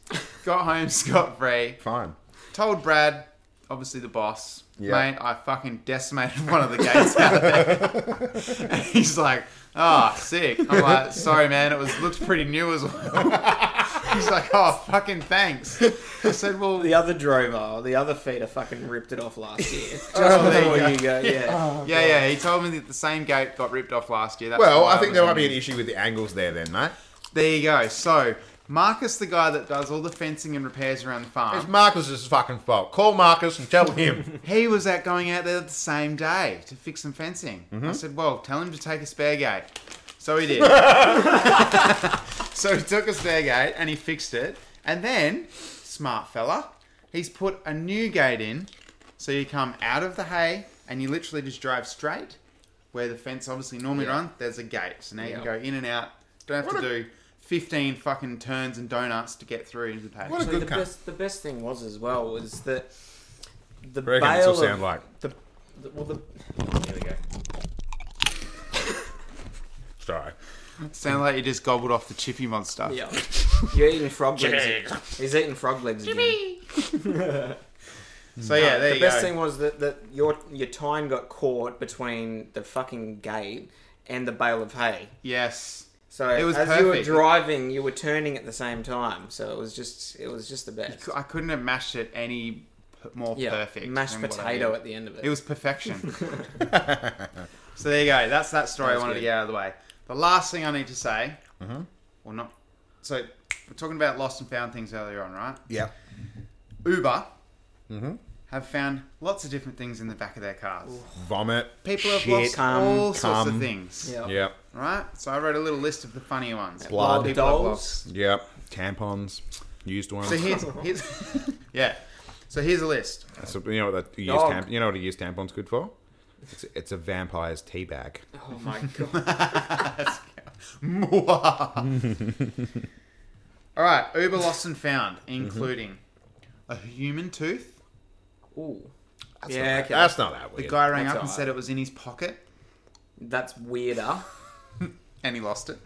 B: Got home scot free.
A: Fine.
B: Told Brad, obviously the boss,
A: Yeah.
B: mate, I fucking decimated one of the gates out there. and he's like, oh, sick. I'm like, sorry, man, it was looked pretty new as well. he's like, oh, fucking thanks. I said, well,
C: the other drover, the other feeder, fucking ripped it off last year. Just
A: Oh, there
C: before
B: you go.
C: you go, Oh. yeah.
B: yeah, yeah. He told me that the same gate got ripped off last year. That's
A: Well,
B: why
A: I think
B: was
A: there
B: on
A: might be
B: it.
A: an issue with the angles there, then, mate.
B: There you go. So Marcus, the guy that does all the fencing and repairs around the
A: It's
B: farm,
A: Marcus's fucking fault. Call Marcus and tell him.
B: he was out going out there the same day to fix some fencing. I
A: Mm-hmm.
B: said, "Well, tell him to take a spare gate." So he did. so he took a spare gate and he fixed it. And then, smart fella, he's put a new gate in. So you come out of the hay and you literally just drive straight where the fence obviously normally
A: Yeah.
B: run. There's a gate. So now you can
C: Yeah.
B: go in and out. Don't have
A: What
B: to do 15 fucking turns and donuts to get through into the paddock.
A: What a
C: Actually,
A: good
C: the
A: cunt.
C: best, the best thing was as well was that the
A: Reckon
C: bale
A: this will
C: of
A: sound like-
C: the, the well the there we go.
A: Sorry.
B: Sound like you just gobbled off the chippy monster.
C: Yeah, you're eating frog legs. He's eating frog legs again.
B: So yeah, there
C: Mm. the
B: you
C: best
B: go.
C: thing was that, that your your time got caught between the fucking gate and the bale of hay.
B: yes.
C: So
B: It was
C: as you were
B: perfect.
C: driving, you were turning at the same time. So it was just it was just the best.
B: I couldn't have mashed it any p- more
C: Yeah,
B: perfect.
C: mashed
B: than what I
C: potato
B: did.
C: at the end of it.
B: It was perfection. so there you go. That's that story
C: That
B: I
C: was
B: wanted to
C: good.
B: get out of the way. The last thing I need to say, or not. So we're talking about lost and found things earlier on, right?
A: Yeah.
B: Uber have found lots of different things in the back of their cars.
A: Vomit.
B: People have
A: shit.
B: lost
C: Cum,
B: all sorts of
A: cum.
B: things,
C: yeah.
A: Yep.
B: right? So I wrote a little list of the funny ones.
A: Blood.
B: People have lost.
C: dolls.
A: Yep. Tampons. Used ones.
B: So here's, here's yeah. So here's a list.
A: That's what- you know what that you use
C: Dog.
A: tamp- you know what a used tampon's good for? It's, it's a vampire's tea bag.
C: Oh my god.
B: Mwah. All right, Uber lost and found,
C: Mhm.
B: including a human tooth.
C: Ooh. yeah, okay.
A: That's not that
B: The
A: weird.
B: guy rang
C: That's
B: up and
C: alright.
B: said it was in his pocket,
C: That's weirder.
B: and he lost it.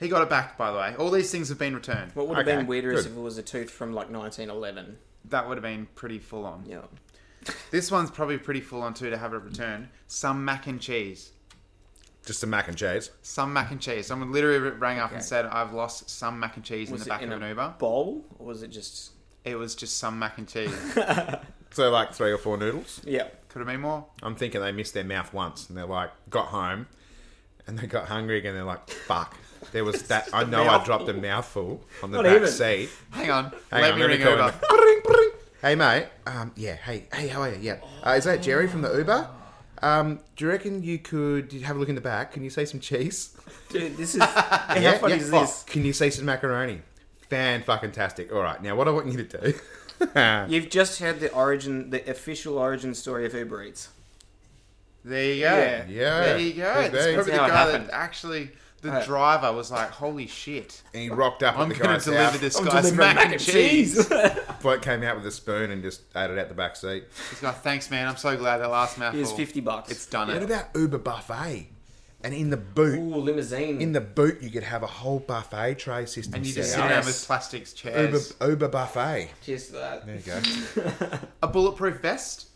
B: He got it back, by the way. All these things have been returned.
C: What would have
A: Okay,
C: been weirder is
A: good.
C: if it was a tooth from like 1911.
B: That would have been pretty full on.
C: Yeah.
B: This one's probably pretty full on too to have it returned. Some mac and cheese.
A: Just a mac and cheese.
B: Some mac and cheese. Someone literally rang up and
C: Okay.
B: said, "I've lost some mac and cheese in the back
C: it in
B: of an
C: a
B: Uber."
C: bowl or was it just?
B: It was just some mac and cheese.
A: So like three or four noodles.
C: Yeah.
B: Could have been more.
A: I'm thinking they missed their mouth once and they're like got home and they got hungry again. They're like fuck. There was that. I
C: a
A: know I dropped a
C: mouthful.
A: mouthful on the
C: Not
A: back
C: even.
A: seat.
B: Hang on.
A: Hang
B: Let
A: on,
B: me
A: let me
B: ring
A: call
B: Uber.
A: him. Bring, bring. Hey mate. Um, yeah. Hey. Hey. How are you? Yeah.
B: Oh.
A: Uh, is that Jerry from the Uber? Um, do you reckon you could have a look in the back? Can you say some cheese?
C: Dude, this is. how funny is
A: Oh,
C: this?
A: can you say some macaroni? Fan fucking tastic. All right. Now what I want you to do.
C: You've just heard the origin, the official origin story of Uber Eats.
B: There you go.
C: Yeah.
A: Yeah.
B: There you go.
A: Big
B: That's
A: bang.
B: probably the
C: That's how it
B: guy that
C: happened.
B: actually the
C: Right.
B: driver was like, "Holy shit,
A: and he rocked up.
B: I'm
A: at the
B: going
A: guy's
B: to deliver
A: house.
B: this guy's mac, and cheese."
A: Bloke came out with a spoon and just ate it out the back seat.
B: He's like, "Thanks, man. I'm so glad that last mouthful.
C: Here's fifty bucks.
B: It's done
A: What
B: it."
A: about Uber buffet? And in the boot,
C: Ooh, limousine.
A: in the boot, you could have a whole buffet tray system.
B: And you just sit
A: set up.
B: down
C: Yes.
B: with plastics
A: Uber,
B: chairs,
A: Uber buffet.
C: Cheers to that.
A: There you go.
B: a bulletproof vest,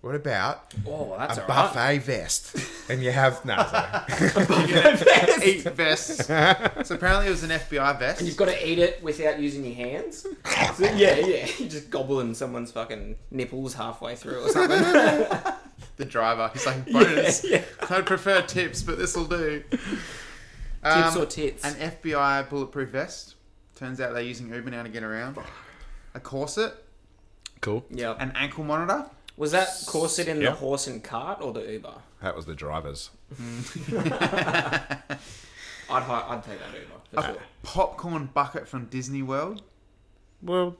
A: What about
C: Oh, that's
A: a
C: all
A: buffet
C: right.
A: vest? And you have no. sorry.
B: Eat vests. so apparently it was an FBI vest.
C: And you've got to eat it without using your hands. So, yeah, yeah. You're just gobbling someone's fucking nipples halfway through or something.
B: the driver. He's like, bonus.
C: yeah.
B: I'd prefer tips, but this will do. Um,
C: Tips or tits.
B: An FBI bulletproof vest. Turns out they're using Uber now to get around. A corset.
A: Cool.
C: yeah.
B: An ankle monitor.
C: Was that corset in
A: Yeah.
C: the horse and cart or the Uber?
A: That was the drivers.
C: I'd hi- I'd take that Uber for sure.
B: Popcorn bucket from Disney World.
A: Well,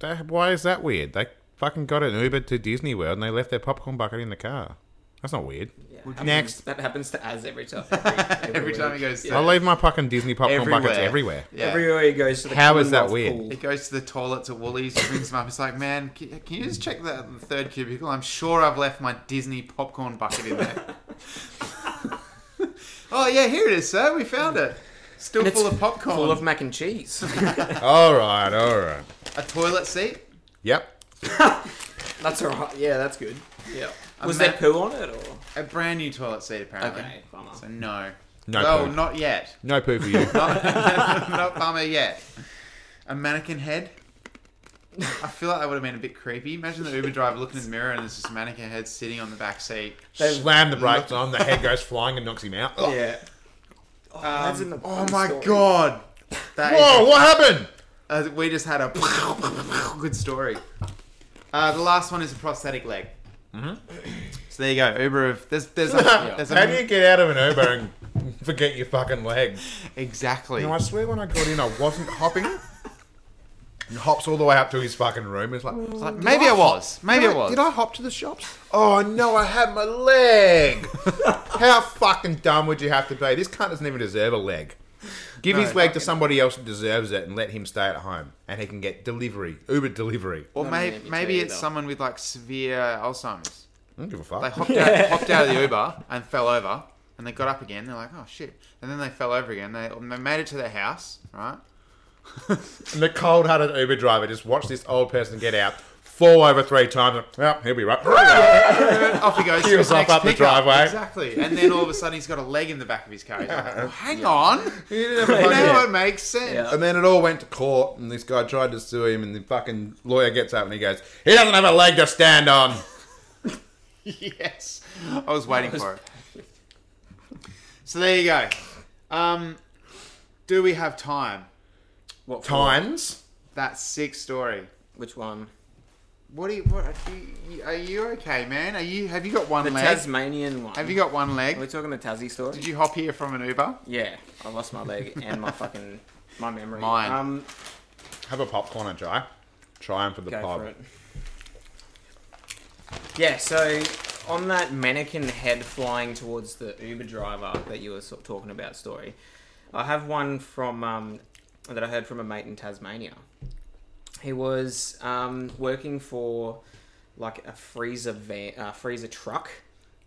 A: that, why is that weird? They fucking got an Uber to Disney World and they left their popcorn bucket in the car. That's not weird.
C: Yeah,
B: Would
C: happens-
A: Next.
C: that happens to Az every time. Every,
B: Every time he
C: week.
B: goes
A: I
B: yeah.
A: leave my fucking Disney popcorn buckets everywhere.
B: Yeah.
C: Everywhere he goes to the
A: How is that
C: Commonwealth
A: weird?
C: Pool.
B: He goes to the toilets at Woolies, brings them up. He's like, man, can, can you just check that the third cubicle? I'm sure I've left my Disney popcorn bucket in there. oh, yeah, here it is, sir. We found it. Still
C: And it's
B: full of popcorn.
C: Full of mac and cheese.
A: All right, all right.
B: a toilet seat.
A: Yep.
C: that's alright. Yeah, that's good. Yeah.
B: A
C: Was
B: ma- Um,
C: there poo on it or?
B: A brand new toilet seat, apparently.
C: Okay, bummer.
B: So, no.
A: No
B: well,
A: poo.
B: not yet.
A: No poo for you.
B: Not, not bummer yet. A mannequin head. I feel like that would have been a bit creepy. Imagine the Uber driver looking in the mirror and there's this mannequin head sitting on the back seat.
A: Slam the brakes on, the head goes flying and knocks him out. Oh.
C: Yeah. Oh, that's in the
B: Oh
C: poo
B: my
C: story.
B: god! That is
A: Whoa, what happened?
B: Uh, we just had a good story. Uh, the last one is a prosthetic leg. Mm-hmm. So there you go. Uber of there's there's a, there's
A: How do
B: a,
A: you get out of an Uber and forget your fucking leg?
B: exactly.
A: No, I swear when I got in, I wasn't hopping. And hops all the way up to his fucking room. It's like,
B: It's like, maybe I was. Maybe I was.
A: Did I hop to the shops? Oh no, I had my leg. How fucking dumb would you have to be? This cunt doesn't even deserve a leg. Give his
B: No,
A: leg to somebody else that deserves it and let him stay at home and he can get delivery, Uber delivery.
B: Or
C: Not
B: may,
C: an amputee
B: maybe it's
C: either.
B: someone with like severe Alzheimer's.
A: I don't give a
B: They
A: fuck.
B: hopped out, hopped out of the Uber and fell over, and they got up again. They're like, oh shit, and then they fell over again. They, they made it to their house, right?
A: And the cold hearted Uber driver just watched this old person get out, fall over three times, and, well, he'll be right.
B: off he goes. to
A: Heels
B: his
A: off
B: next
A: up the
B: pickup.
A: driveway.
B: Exactly. And then all of a sudden he's got a leg in the back of his car. He's like, well, hang on.
A: He didn't have a
B: Now
A: fucking-
B: it makes sense.
C: Yeah.
A: And then it all went to court, and this guy tried to sue him, and the fucking lawyer gets up and he goes, "He doesn't have a leg to stand on."
B: Yes. I was waiting for it. So there you go. Um, do we have time?
C: What for?
A: Times.
B: That's sick story.
C: Which one?
B: What are you? What are you, are you okay, man? Are you? Have you got one
C: The
B: leg?
C: Tasmanian one.
B: have you got one
C: Are we
B: leg?
C: talking the Tassie story?
B: Did you hop here from an Uber?
C: Yeah, I lost my leg and my fucking my memory.
B: Mine.
C: Um,
A: Have a popcorn and try. Try 'em for the
C: go
A: pod.
C: for it. Yeah, so on that mannequin head flying towards the Uber driver that you were sort of talking about story, I have one from um, that I heard from a mate in Tasmania. He was um, working for like a freezer van, uh, freezer truck,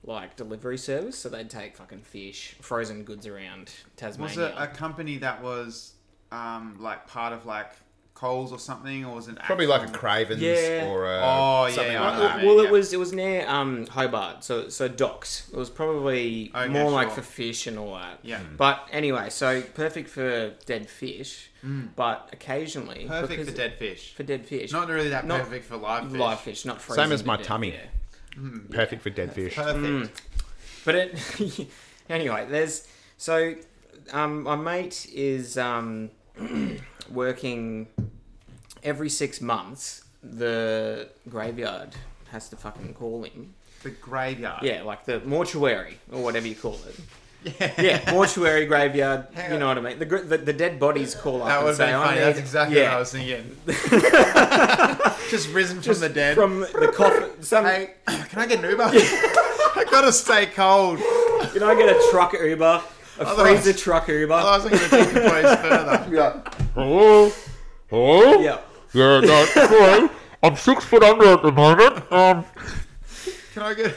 C: like delivery service. So they'd take fucking fish, frozen goods around Tasmania.
B: Was it a company that was um, like part of like Coles or something, or was it
A: Probably like a Cravens
C: Yeah.
A: or a
B: Oh, yeah,
A: something
B: yeah,
A: like
B: I know.
A: that.
B: Right,
C: well,
B: yeah.
C: it was it was near um, Hobart, so so docks. It was probably
B: Okay,
C: more like
B: sure.
C: for fish and all that.
B: Yeah.
C: But anyway, so perfect for dead fish, but occasionally
B: Hmm. perfect
C: because-
B: for dead fish.
C: for dead fish,
B: Not really that
C: Not
B: perfect for live fish.
C: live fish, not frozen.
A: Same as
C: to
A: my
C: death,
A: tummy. Mm.
C: yeah. Mm.
A: Perfect for dead fish.
B: Perfect.
C: But it, anyway, there's so um, my mate is um, working every six months. The graveyard has to fucking call him
B: The graveyard.
C: Yeah, like the mortuary or whatever you call it. Yeah, mortuary graveyard.
B: Hang
C: you
B: on.
C: know what I mean. The, gr- the the dead bodies call up
B: That would have
C: and say,
B: been
C: "I
B: funny.
C: need
B: That's exactly
C: yeah,
B: what I was thinking. Just risen from the dead.
C: from the coffin." Some,
B: hey, can I get an Uber? I gotta stay cold.
C: Can I get a truck Uber? A
B: Otherwise-
C: freezer truck Uber.
B: Otherwise, I'm gonna take the place further.
D: Hello? Hello?
C: yeah.
D: Yeah, no, hello. I'm six foot under at the moment. Um,
B: Can I get?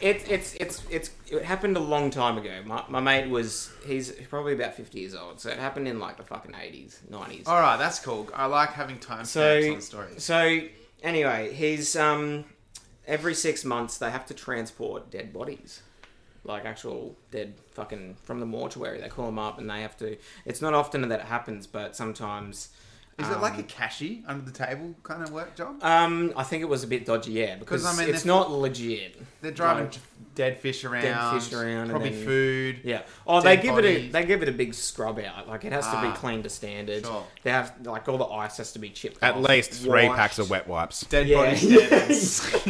C: It, it's it's it's it happened a long time ago. My, my mate was he's probably about fifty years old, so it happened in like the fucking eighties, nineties.
B: All right, that's cool. I like having time stamps
C: So
B: on stories.
C: so anyway, he's um every six months they have to transport dead bodies, like actual dead fucking from the mortuary. They call them up and they have to. It's not often that it happens, but sometimes.
B: Is it like
C: um,
B: a cashy under the table kind of work job?
C: Um, I think it was a bit dodgy, yeah, because
B: 'Cause, I mean,
C: it's
B: they're-
C: not legit.
B: They're driving
C: like-
B: dead fish around,
C: fish around and
B: probably
C: then-
B: food.
C: Yeah. Oh,
B: Dead
C: they give it a
B: bodies.
C: they give it a big scrub out. Like it has to
B: Ah,
C: be clean to standard.
B: sure.
C: They have like all the ice has to be chipped.
A: At
C: off,
A: least three
C: washed.
A: packs of wet wipes.
B: Dead
C: Yeah.
B: bodies, dead ends.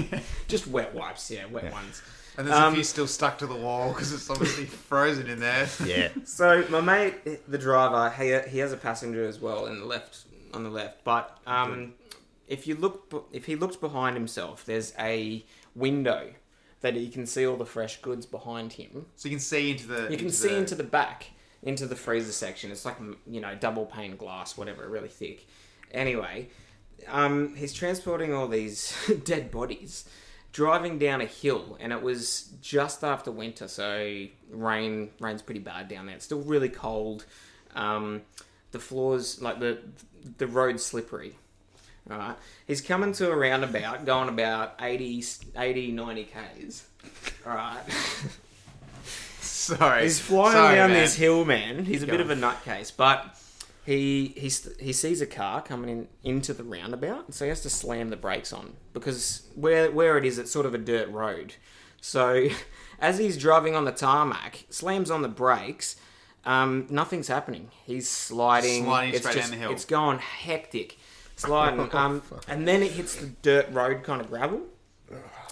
C: Just wet wipes, yeah, wet ones.
B: and there's
C: Um,
B: a few still stuck to the wall because it's obviously frozen in there.
A: Yeah.
C: So my mate, the driver, he, he has a passenger as well in the left on the left. But um, if you look, b- if he looks behind himself, there's a window that he can see all the fresh goods behind him.
B: So you can see into the.
C: You can see into the back, into the freezer section. It's like mm, you know double pane glass, whatever, really thick. Anyway, um, he's transporting all these dead bodies, driving down a hill, and it was just after winter, so rain rain's pretty bad down there. It's still really cold. Um, the floors, like the the road's slippery. All right, he's coming to a roundabout, going about 80, 80 90 k's. All right.
B: Sorry,
C: He's flying
B: Sorry,
C: down
B: man.
C: this hill, man. He's a bit
B: going.
C: of a nutcase, but he he st- he sees a car coming in into the roundabout, so he has to slam the brakes on because where where it is, it's sort of a dirt road. So as he's driving on the tarmac, slams on the brakes. Um, nothing's happening. He's sliding.
B: Sliding
C: it's
B: straight down the hill. Oh,
C: It's gone hectic, sliding. Um, and then it hits the dirt road kind of gravel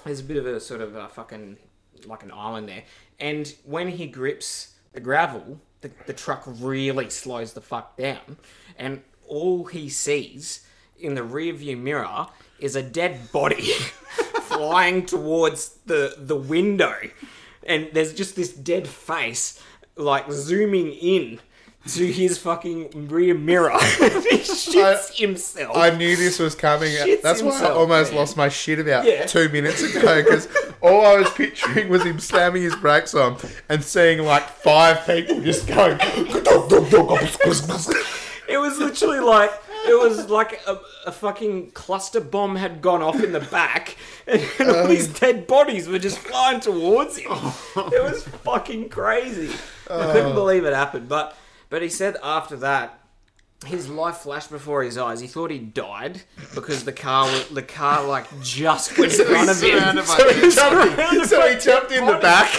C: there's a bit of a sort of a fucking like an island there. And when he grips the gravel, the, the truck really slows the fuck down, and all he sees in the rearview mirror is a dead body flying towards the the window, and there's just this dead face like zooming in. To his fucking rear mirror, he shits himself.
A: I knew this was coming.
C: Shits
A: That's why I
C: himself,
A: almost
C: man.
A: lost my shit about
C: Yeah.
A: two minutes ago because all I was picturing was him slamming his brakes on and seeing like five people just going.
C: It was literally like it was like a, a fucking cluster bomb had gone off in the back, and, all these dead bodies were just flying towards him. It was fucking crazy. I couldn't believe it happened, but but he said after that. His life flashed before his eyes. He thought he died because the car, wa- the car, like just went in front of him.
B: Surrounded by
A: he jumped in, so he jumped in the back.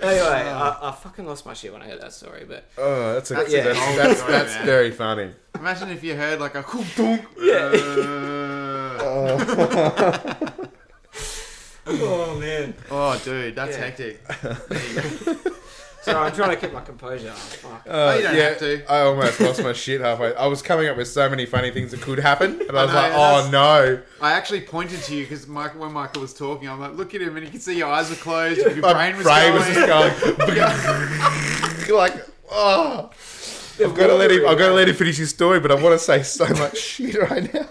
C: Anyway, I, I fucking lost my shit when I heard that story, but
A: Oh, that's a, that's,
C: yeah.
A: that's, that's,
B: Sorry,
A: that's
B: man.
A: very funny.
B: Imagine if you heard like a cool dunk.
C: Yeah.
B: Uh,
C: oh man.
B: oh, dude, that's
C: Yeah.
B: hectic.
C: So I'm trying to keep my composure. Fuck.
A: Uh,
B: you don't
A: yeah,
B: have to.
A: I almost lost my shit halfway. I was coming up with so many funny things that could happen, and I was
B: know,
A: like,
B: that's-
A: "Oh no!"
B: I actually pointed to you because Michael, when Michael was talking, I'm like, look at him, and you can see your eyes were closed, your
A: My
B: brain was
A: brain
B: going.
A: was just going like, "Oh." I've got to let him. I've got to let him finish his story, but I want to say so much shit right now.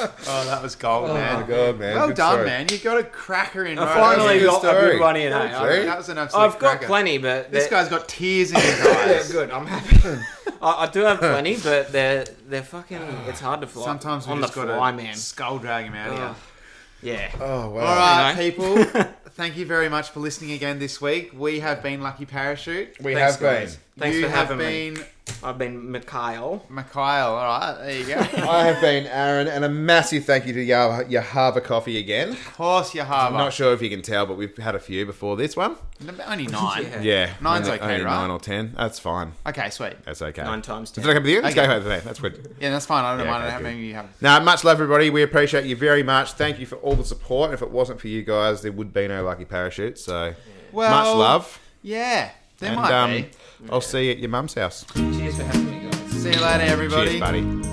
B: oh, that was gold, man.
A: Oh my god, man!
B: Well
A: Good
B: done,
A: story.
B: man. You got a cracker in.
C: I
B: right
C: Uh,
B: there.
C: finally
A: good
C: got a
A: story.
C: good one in. eh?
A: Okay.
B: That was an absolute
C: I've got
B: cracker.
C: plenty, but
B: This
C: they're-
B: guy's got tears in his eyes.
C: they're good. I'm happy. I, I do have plenty, but they're they're fucking. It's hard to fly.
B: Sometimes we
C: on
B: just Uh,
C: the
B: got
C: fly,
B: to
C: man.
B: skull drag him out of here.
C: Ugh. Yeah.
A: Oh wow!
B: All right,
C: You
B: people. Thank you very much for listening again this week. We have been Lucky Parachute.
A: we
C: Thanks,
A: have been.
C: guys. Thanks
B: you
C: for
B: have
C: having me.
B: been
C: I've been Mikhail.
B: Mikhail. All right, there you go.
A: I have been Aaron, and a massive thank you to Yah- Yahava Coffee again.
B: Horse Yahava.
A: I'm not sure if you can tell, but we've had a few before this one.
B: Only nine.
C: Yeah.
A: Yeah,
B: Nine's
A: only-
B: okay,
A: only
B: right?
A: Nine or ten. That's fine.
B: Okay, sweet.
A: That's okay.
C: Nine times
A: Is
C: ten.
A: it okay with you? Let's
B: Okay.
A: go over there. That's good.
B: Yeah, that's fine. I don't
A: Yeah,
B: mind
A: okay,
B: how
A: good.
B: many you have.
A: Now, much love, everybody. We appreciate you very much. Thank you for all the support. If it wasn't for you guys, there would be no lucky parachute. So,
B: Well,
A: much love.
B: Yeah, there
A: and
B: might
A: um,
B: be.
A: I'll see you at your mum's house.
C: um, Cheers for having me, guys.
B: See you later, everybody.
A: Cheers, buddy.